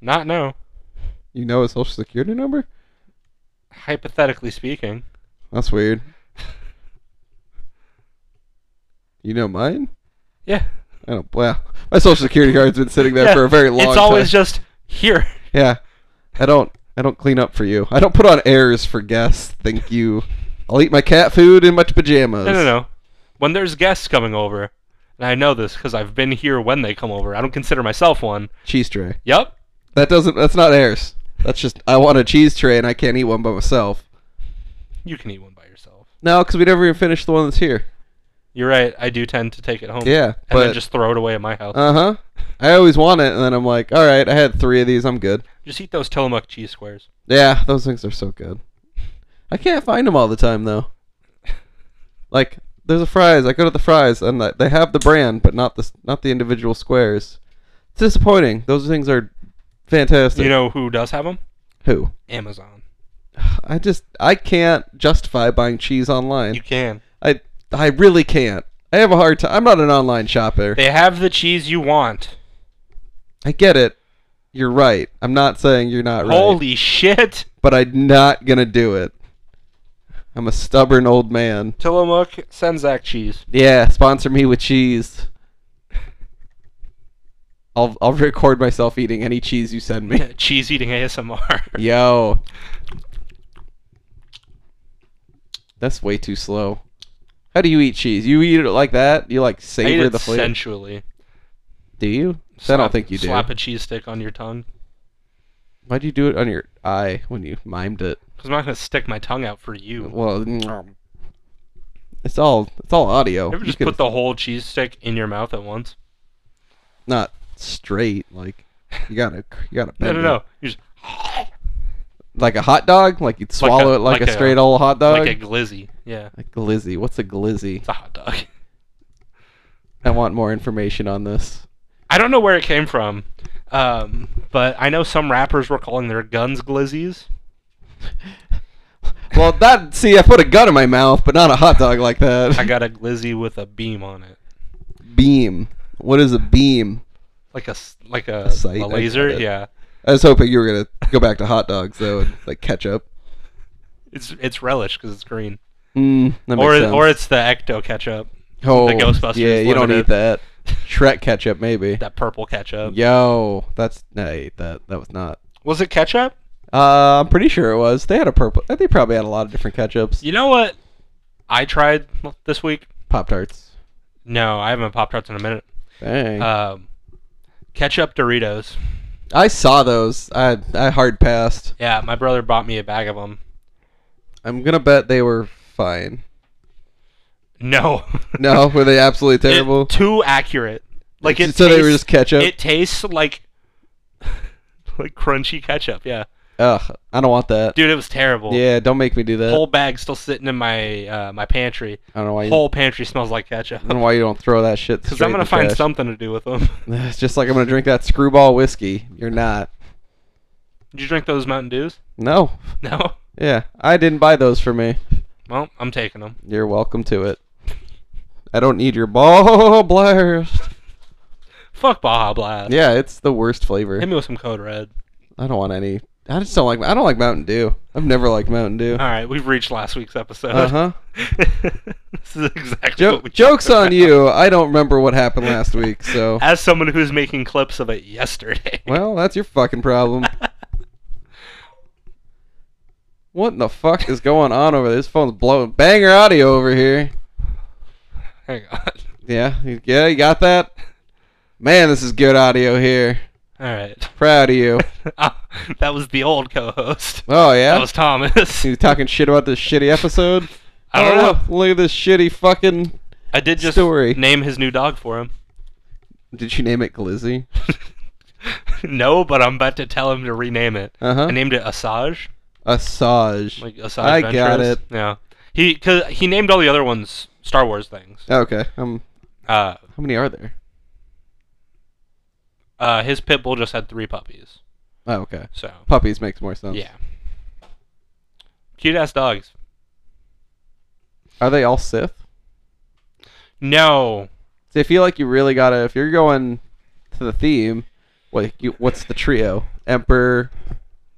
[SPEAKER 4] Not no.
[SPEAKER 3] You know his social security number?
[SPEAKER 4] Hypothetically speaking,
[SPEAKER 3] That's weird. You know mine?
[SPEAKER 4] yeah.
[SPEAKER 3] I don't. Well, my social security card's been sitting there
[SPEAKER 4] Yeah,
[SPEAKER 3] for a very long
[SPEAKER 4] it's
[SPEAKER 3] time.
[SPEAKER 4] always just here.
[SPEAKER 3] Yeah. I don't I don't clean up for you. I don't put on airs for guests. Thank you. I'll eat my cat food in my pajamas.
[SPEAKER 4] No, no, no. When there's guests coming over, and I know this because I've been here when they come over. I don't consider myself one.
[SPEAKER 3] Cheese tray.
[SPEAKER 4] Yep.
[SPEAKER 3] That doesn't that's not airs. That's just I want a cheese tray and I can't eat one by myself.
[SPEAKER 4] You can eat one by yourself.
[SPEAKER 3] No, cuz we never even finished the one that's here.
[SPEAKER 4] You're right. I do tend to take it home.
[SPEAKER 3] Yeah,
[SPEAKER 4] And
[SPEAKER 3] but
[SPEAKER 4] then just throw it away at my house.
[SPEAKER 3] uh-huh. I always want it and then I'm like, "All right, I had 3 of these. I'm good."
[SPEAKER 4] just eat those Tillamook cheese squares.
[SPEAKER 3] Yeah, those things are so good. I can't find them all the time though. Like there's a fries. I go to the fries and th- they have the brand, but not the s- not the individual squares. It's disappointing. Those things are fantastic.
[SPEAKER 4] You know who does have them?
[SPEAKER 3] who?
[SPEAKER 4] Amazon.
[SPEAKER 3] I just I can't justify buying cheese online.
[SPEAKER 4] You can.
[SPEAKER 3] I I really can't. I have a hard time. I'm not an online shopper.
[SPEAKER 4] They have the cheese you want.
[SPEAKER 3] I get it. You're right. I'm not saying you're not right.
[SPEAKER 4] Holy shit!
[SPEAKER 3] But I'm not gonna do it. I'm a stubborn old man.
[SPEAKER 4] Tillamook Senzac cheese.
[SPEAKER 3] Yeah, sponsor me with cheese. I'll I'll record myself eating any cheese you send me.
[SPEAKER 4] cheese eating ASMR.
[SPEAKER 3] Yo. That's way too slow. How do you eat cheese? You eat it like that? You like
[SPEAKER 4] I eat
[SPEAKER 3] savor
[SPEAKER 4] it
[SPEAKER 3] the flavor?
[SPEAKER 4] sensually.
[SPEAKER 3] do you? I don't
[SPEAKER 4] Slap-
[SPEAKER 3] think you do.
[SPEAKER 4] Slap a cheese stick on your tongue.
[SPEAKER 3] Why'd you do it on your eye when you mimed it?
[SPEAKER 4] Because I'm not going to stick my tongue out for you.
[SPEAKER 3] Well, it's all it's all audio.
[SPEAKER 4] Ever
[SPEAKER 3] You
[SPEAKER 4] just
[SPEAKER 3] can-
[SPEAKER 4] put the whole cheese stick in your mouth at once?
[SPEAKER 3] not straight like you gotta you gotta
[SPEAKER 4] No,
[SPEAKER 3] bend
[SPEAKER 4] no,
[SPEAKER 3] it.
[SPEAKER 4] no. You just
[SPEAKER 3] like a hot dog, like you'd
[SPEAKER 4] Like a-
[SPEAKER 3] swallow it like,
[SPEAKER 4] like
[SPEAKER 3] a,
[SPEAKER 4] a-
[SPEAKER 3] straight old hot dog.
[SPEAKER 4] like a glizzy. Yeah,
[SPEAKER 3] a glizzy. What's a glizzy?
[SPEAKER 4] it's a hot dog.
[SPEAKER 3] I want more information on this.
[SPEAKER 4] I don't know where it came from, um, but I know some rappers were calling their guns glizzies.
[SPEAKER 3] Well, that see, I put a gun in my mouth, but not a hot dog like that.
[SPEAKER 4] I got a glizzy with a beam on it,
[SPEAKER 3] beam. What is a beam?
[SPEAKER 4] like a s- like a,
[SPEAKER 3] A sight,
[SPEAKER 4] a
[SPEAKER 3] I
[SPEAKER 4] laser.
[SPEAKER 3] got it.
[SPEAKER 4] Yeah,
[SPEAKER 3] I was hoping you were gonna go back to hot dogs though, and like ketchup.
[SPEAKER 4] it's it's relish because it's green,
[SPEAKER 3] Mm, that makes
[SPEAKER 4] or
[SPEAKER 3] sense.
[SPEAKER 4] or it's the ecto ketchup,
[SPEAKER 3] oh,
[SPEAKER 4] the Ghostbusters
[SPEAKER 3] Yeah, you don't
[SPEAKER 4] limited.
[SPEAKER 3] eat that. Shrek ketchup, maybe.
[SPEAKER 4] that purple ketchup.
[SPEAKER 3] Yo, that's no, I ate that. That was not.
[SPEAKER 4] Was it ketchup?
[SPEAKER 3] Uh, I'm pretty sure it was. They had a purple. uh, They probably had a lot of different ketchups.
[SPEAKER 4] You know what? I tried l- this week.
[SPEAKER 3] Pop tarts.
[SPEAKER 4] No, I haven't popped tarts in a minute.
[SPEAKER 3] Dang.
[SPEAKER 4] Um, ketchup Doritos.
[SPEAKER 3] I saw those. I I hard passed.
[SPEAKER 4] Yeah, my brother bought me a bag of them.
[SPEAKER 3] I'm gonna bet they were fine.
[SPEAKER 4] No.
[SPEAKER 3] No, were they absolutely
[SPEAKER 4] It-
[SPEAKER 3] terrible?
[SPEAKER 4] too accurate. Like it
[SPEAKER 3] so they were
[SPEAKER 4] tastes-
[SPEAKER 3] just ketchup.
[SPEAKER 4] It tastes like like crunchy ketchup. Yeah,
[SPEAKER 3] Ugh, I don't want that.
[SPEAKER 4] dude, it was terrible.
[SPEAKER 3] Yeah, don't make me do that.
[SPEAKER 4] whole bag still sitting in my uh, my pantry.
[SPEAKER 3] I don't know Uh, why you.
[SPEAKER 4] Whole pantry smells like ketchup.
[SPEAKER 3] I don't know why you don't throw that shit.
[SPEAKER 4] Because I'm gonna find something to do with them.
[SPEAKER 3] It's just like I'm gonna drink that screwball whiskey. You're not.
[SPEAKER 4] Did you drink those Mountain Dews?
[SPEAKER 3] No.
[SPEAKER 4] No.
[SPEAKER 3] Yeah, I didn't buy those for me.
[SPEAKER 4] Well, I'm taking them.
[SPEAKER 3] You're welcome to it. I don't need your ball blast.
[SPEAKER 4] Fuck Baja Blast.
[SPEAKER 3] Yeah, it's the worst flavor.
[SPEAKER 4] Hit me with some Code Red.
[SPEAKER 3] I don't want any. I just don't like. I don't like Mountain Dew. I've never liked Mountain Dew.
[SPEAKER 4] All right, we've reached last week's episode.
[SPEAKER 3] Uh huh.
[SPEAKER 4] this is exactly
[SPEAKER 3] Jo-
[SPEAKER 4] what we
[SPEAKER 3] jokes
[SPEAKER 4] talked
[SPEAKER 3] on you. I don't remember what happened last week, so
[SPEAKER 4] about. As someone who's making clips of it yesterday.
[SPEAKER 3] well, that's your fucking problem. What in the fuck is going on over there? This phone's blowing banger audio over here.
[SPEAKER 4] Hang on.
[SPEAKER 3] Yeah, you- yeah, you got that? Man, this is good audio here.
[SPEAKER 4] All right.
[SPEAKER 3] Proud of you.
[SPEAKER 4] Ah, that was the old co-host.
[SPEAKER 3] Oh
[SPEAKER 4] That
[SPEAKER 3] yeah,
[SPEAKER 4] was Thomas.
[SPEAKER 3] you talking shit about this shitty episode? Oh,
[SPEAKER 4] I don't know.
[SPEAKER 3] Look at this shitty fucking.
[SPEAKER 4] I did just
[SPEAKER 3] Story.
[SPEAKER 4] name his new dog for him.
[SPEAKER 3] Did you name it Glizzy?
[SPEAKER 4] no, but I'm about to tell him to rename it.
[SPEAKER 3] Uh huh.
[SPEAKER 4] I named it Asajj.
[SPEAKER 3] Asajj.
[SPEAKER 4] Like Asajj
[SPEAKER 3] I got
[SPEAKER 4] Ventress.
[SPEAKER 3] it.
[SPEAKER 4] Yeah. He cause he named all the other ones Star Wars things.
[SPEAKER 3] Okay. Um.
[SPEAKER 4] Uh,
[SPEAKER 3] How many are there?
[SPEAKER 4] uh, his pit bull just had three puppies.
[SPEAKER 3] Oh, okay.
[SPEAKER 4] So
[SPEAKER 3] Puppies makes more sense.
[SPEAKER 4] yeah, cute ass dogs.
[SPEAKER 3] Are they all Sith?
[SPEAKER 4] No,
[SPEAKER 3] See, I feel like you really gotta if you're going to the theme, like you, what's the trio? Emperor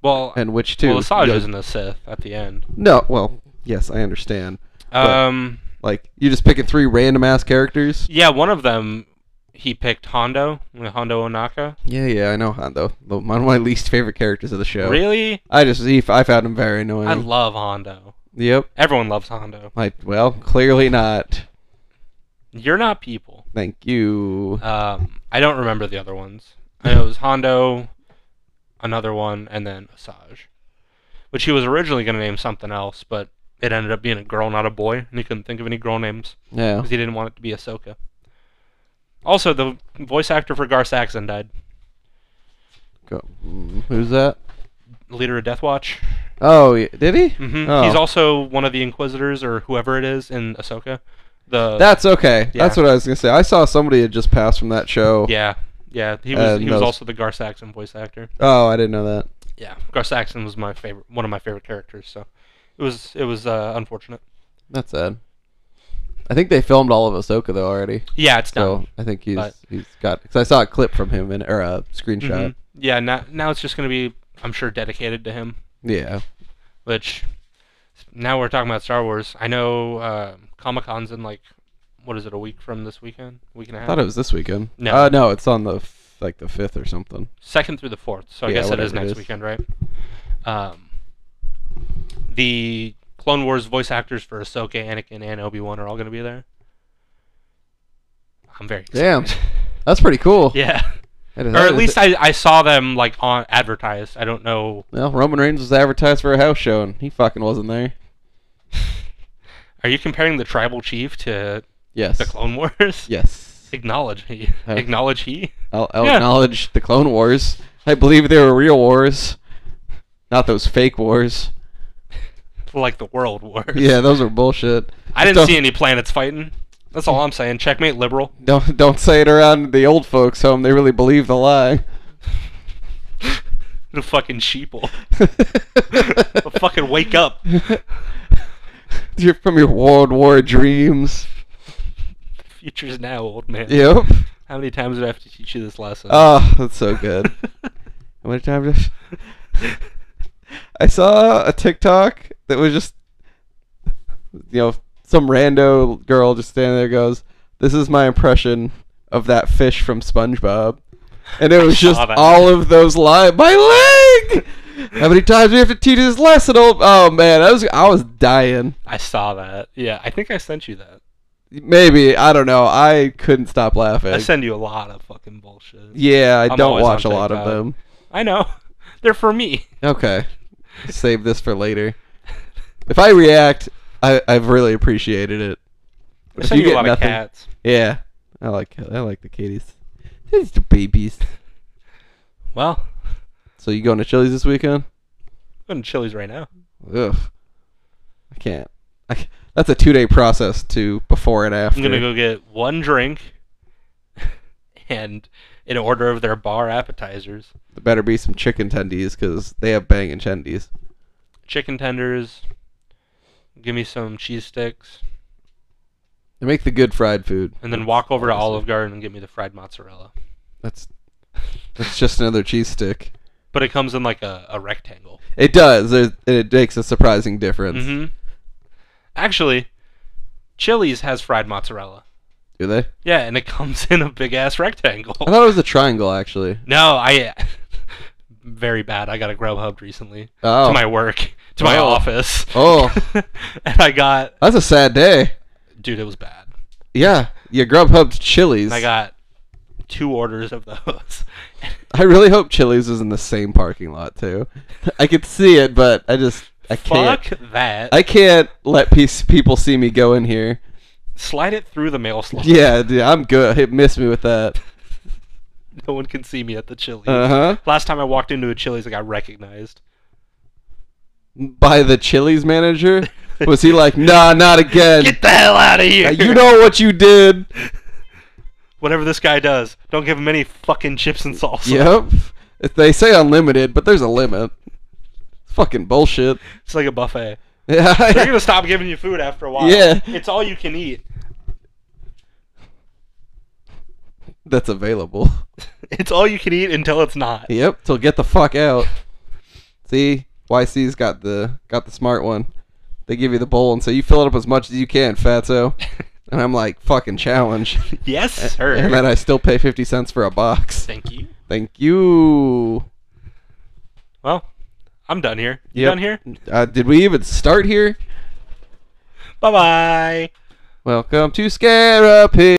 [SPEAKER 4] well,
[SPEAKER 3] and which two?
[SPEAKER 4] well, Asajj
[SPEAKER 3] You-
[SPEAKER 4] isn't a Sith at the end.
[SPEAKER 3] No, well, yes, I understand.
[SPEAKER 4] Um,
[SPEAKER 3] Like you just picking three random ass characters.
[SPEAKER 4] yeah, one of them he picked Hondo, Hondo Onaka.
[SPEAKER 3] Yeah, yeah, I know Hondo. The- One of my least favorite characters of the show.
[SPEAKER 4] Really,
[SPEAKER 3] I just he, I found him very annoying.
[SPEAKER 4] I love Hondo.
[SPEAKER 3] yep.
[SPEAKER 4] Everyone loves Hondo.
[SPEAKER 3] Like, well, clearly not.
[SPEAKER 4] You're not people.
[SPEAKER 3] Thank you.
[SPEAKER 4] Um, I don't remember the other ones. I know it was Hondo, another one, and then Asajj, which he was originally going to name something else, but it ended up being a girl, not a boy, and he couldn't think of any girl names
[SPEAKER 3] Yeah.
[SPEAKER 4] because he didn't want it to be Ahsoka. Also, the voice actor for Gar Saxon died,
[SPEAKER 3] Go. mm, Who's that?
[SPEAKER 4] leader of Death Watch.
[SPEAKER 3] Oh, yeah. did he?
[SPEAKER 4] hmm
[SPEAKER 3] Oh.
[SPEAKER 4] He's also one of the Inquisitors or whoever it is in Ahsoka. The
[SPEAKER 3] That's okay.
[SPEAKER 4] Yeah.
[SPEAKER 3] That's what I was gonna say. I saw somebody had just passed from that show.
[SPEAKER 4] yeah, yeah. He was
[SPEAKER 3] Uh,
[SPEAKER 4] he
[SPEAKER 3] no.
[SPEAKER 4] was also the Gar Saxon voice actor.
[SPEAKER 3] Oh, I didn't know that.
[SPEAKER 4] yeah, Gar Saxon was my favorite, one of my favorite characters. So it was it was uh, unfortunate.
[SPEAKER 3] That's sad. I think they filmed all of Ahsoka though already,
[SPEAKER 4] Yeah, it's
[SPEAKER 3] so
[SPEAKER 4] done.
[SPEAKER 3] I think he's
[SPEAKER 4] but-
[SPEAKER 3] he's got. Because I saw a clip from him in or a screenshot.
[SPEAKER 4] Mhm. Yeah, now now it's just gonna be I'm sure dedicated to him.
[SPEAKER 3] Yeah,
[SPEAKER 4] Which now we're talking about Star Wars. I know uh, Comic Con's in like what is it a week from this weekend, week and a
[SPEAKER 3] I
[SPEAKER 4] half,
[SPEAKER 3] thought it was this weekend.
[SPEAKER 4] No.
[SPEAKER 3] uh, no, it's on the f- like the fifth or something.
[SPEAKER 4] second through the fourth. So I
[SPEAKER 3] Yeah,
[SPEAKER 4] guess it is
[SPEAKER 3] whatever it
[SPEAKER 4] next
[SPEAKER 3] is.
[SPEAKER 4] weekend, right? Um, the Clone Wars voice actors for Ahsoka, Anakin, and Obi Wan are all gonna be there. I'm very excited.
[SPEAKER 3] Damn, that's pretty cool.
[SPEAKER 4] yeah.
[SPEAKER 3] That is-
[SPEAKER 4] or
[SPEAKER 3] that
[SPEAKER 4] at
[SPEAKER 3] is-
[SPEAKER 4] least I, I saw them like on advertised. I don't know.
[SPEAKER 3] well, Roman Reigns was advertised for a house show and he fucking wasn't there.
[SPEAKER 4] Are you comparing the tribal chief to
[SPEAKER 3] Yes,
[SPEAKER 4] the Clone Wars?
[SPEAKER 3] yes.
[SPEAKER 4] Acknowledge he.
[SPEAKER 3] Huh?
[SPEAKER 4] Acknowledge he.
[SPEAKER 3] I'll, I'll
[SPEAKER 4] Yeah.
[SPEAKER 3] acknowledge the Clone Wars. I believe they were real wars, not those fake wars.
[SPEAKER 4] Like the World Wars.
[SPEAKER 3] Yeah, those are bullshit.
[SPEAKER 4] I
[SPEAKER 3] Don't-
[SPEAKER 4] didn't see any planets fighting. That's all I'm saying. Checkmate, liberal.
[SPEAKER 3] Don't don't say it around the old folks home. They really believe the lie.
[SPEAKER 4] The fucking sheeple. But fucking wake up.
[SPEAKER 3] You're from your World War dreams.
[SPEAKER 4] Future's now, old man.
[SPEAKER 3] Yep.
[SPEAKER 4] How many times do I have to teach you this lesson?
[SPEAKER 3] Oh, that's so good. How many times? have- I saw a TikTok that was just, you know, some rando girl just standing there goes, "This is my impression of that fish from SpongeBob," and it was
[SPEAKER 4] saw
[SPEAKER 3] just
[SPEAKER 4] that.
[SPEAKER 3] all of those lies. My leg. How many times do we have to teach this lesson? Old? Oh man, I was I was dying.
[SPEAKER 4] I saw that. Yeah, I think I sent you that.
[SPEAKER 3] Maybe I don't know. I couldn't stop laughing.
[SPEAKER 4] I send you a lot of fucking bullshit.
[SPEAKER 3] yeah, I
[SPEAKER 4] I'm
[SPEAKER 3] don't
[SPEAKER 4] always
[SPEAKER 3] watch a
[SPEAKER 4] on
[SPEAKER 3] lot of
[SPEAKER 4] TikTok.
[SPEAKER 3] them.
[SPEAKER 4] I know. They're for me.
[SPEAKER 3] Okay. Save this for later. If I react, I, I've really appreciated it.
[SPEAKER 4] I
[SPEAKER 3] If
[SPEAKER 4] send
[SPEAKER 3] you
[SPEAKER 4] you,
[SPEAKER 3] get
[SPEAKER 4] a lot
[SPEAKER 3] nothing-
[SPEAKER 4] of cats.
[SPEAKER 3] Yeah. I like I like the kitties. These the babies.
[SPEAKER 4] Well,
[SPEAKER 3] So you going to Chili's this weekend?
[SPEAKER 4] I'm in Chili's right now.
[SPEAKER 3] Ugh. I can't. I ca that's a two day process to before and after.
[SPEAKER 4] I'm gonna go get one drink and an order of their bar appetizers.
[SPEAKER 3] There better be some chicken tendies because they have banging tendies.
[SPEAKER 4] Chicken tenders. Give me some cheese sticks.
[SPEAKER 3] They make the good fried food.
[SPEAKER 4] And then walk over to
[SPEAKER 3] Obviously.
[SPEAKER 4] Olive Garden and get me the fried mozzarella.
[SPEAKER 3] That's that's just another cheese stick.
[SPEAKER 4] But it comes in like a, a rectangle.
[SPEAKER 3] It does. There's, it makes a surprising difference.
[SPEAKER 4] hmm Actually, Chili's has fried mozzarella.
[SPEAKER 3] Do they?
[SPEAKER 4] Yeah, and it comes in a big ass
[SPEAKER 3] I
[SPEAKER 4] rectangle.
[SPEAKER 3] thought it was a triangle, actually.
[SPEAKER 4] No, I very bad. I got a grub hubbed recently.
[SPEAKER 3] Oh,
[SPEAKER 4] To my work. To my
[SPEAKER 3] Oh.
[SPEAKER 4] office.
[SPEAKER 3] Oh.
[SPEAKER 4] and I got
[SPEAKER 3] that's a sad day.
[SPEAKER 4] dude, it was bad.
[SPEAKER 3] Yeah, your Grubhub Chili's.
[SPEAKER 4] And I got two orders of those.
[SPEAKER 3] I really hope Chili's is in the same parking lot too. I could see it, but I just I can't.
[SPEAKER 4] Fuck that.
[SPEAKER 3] I can't let peace, people see me go in here.
[SPEAKER 4] Slide it through the mail slot.
[SPEAKER 3] Yeah, dude, I'm good. Hit miss me with that.
[SPEAKER 4] No one can see me at the Chili's.
[SPEAKER 3] Uh huh.
[SPEAKER 4] Last time I walked into a Chili's, I got recognized.
[SPEAKER 3] By the Chili's manager, was he like, nah, not again?
[SPEAKER 4] Get the hell out of here!
[SPEAKER 3] Uh, You know what you did.
[SPEAKER 4] Whatever this guy does, don't give him any fucking chips and salsa.
[SPEAKER 3] Yep. If they say unlimited, but there's a limit. It's fucking bullshit.
[SPEAKER 4] It's like a buffet. They're
[SPEAKER 3] Yeah.
[SPEAKER 4] gonna stop giving you food after a while.
[SPEAKER 3] Yeah.
[SPEAKER 4] It's all you can eat.
[SPEAKER 3] That's available.
[SPEAKER 4] It's all you can eat until it's not.
[SPEAKER 3] Yep. So get the fuck out. See, YC's got the got the smart one. They give you the bowl and say you fill it up as much as you can, fatso. And I'm like, fucking challenge.
[SPEAKER 4] Yes, sir.
[SPEAKER 3] And then I still pay fifty cents for a box.
[SPEAKER 4] Thank you.
[SPEAKER 3] Thank you.
[SPEAKER 4] Well, I'm done here. You
[SPEAKER 3] Yep.
[SPEAKER 4] done here?
[SPEAKER 3] Uh, did we even start here?
[SPEAKER 4] Bye bye.
[SPEAKER 3] Welcome to Scarapy.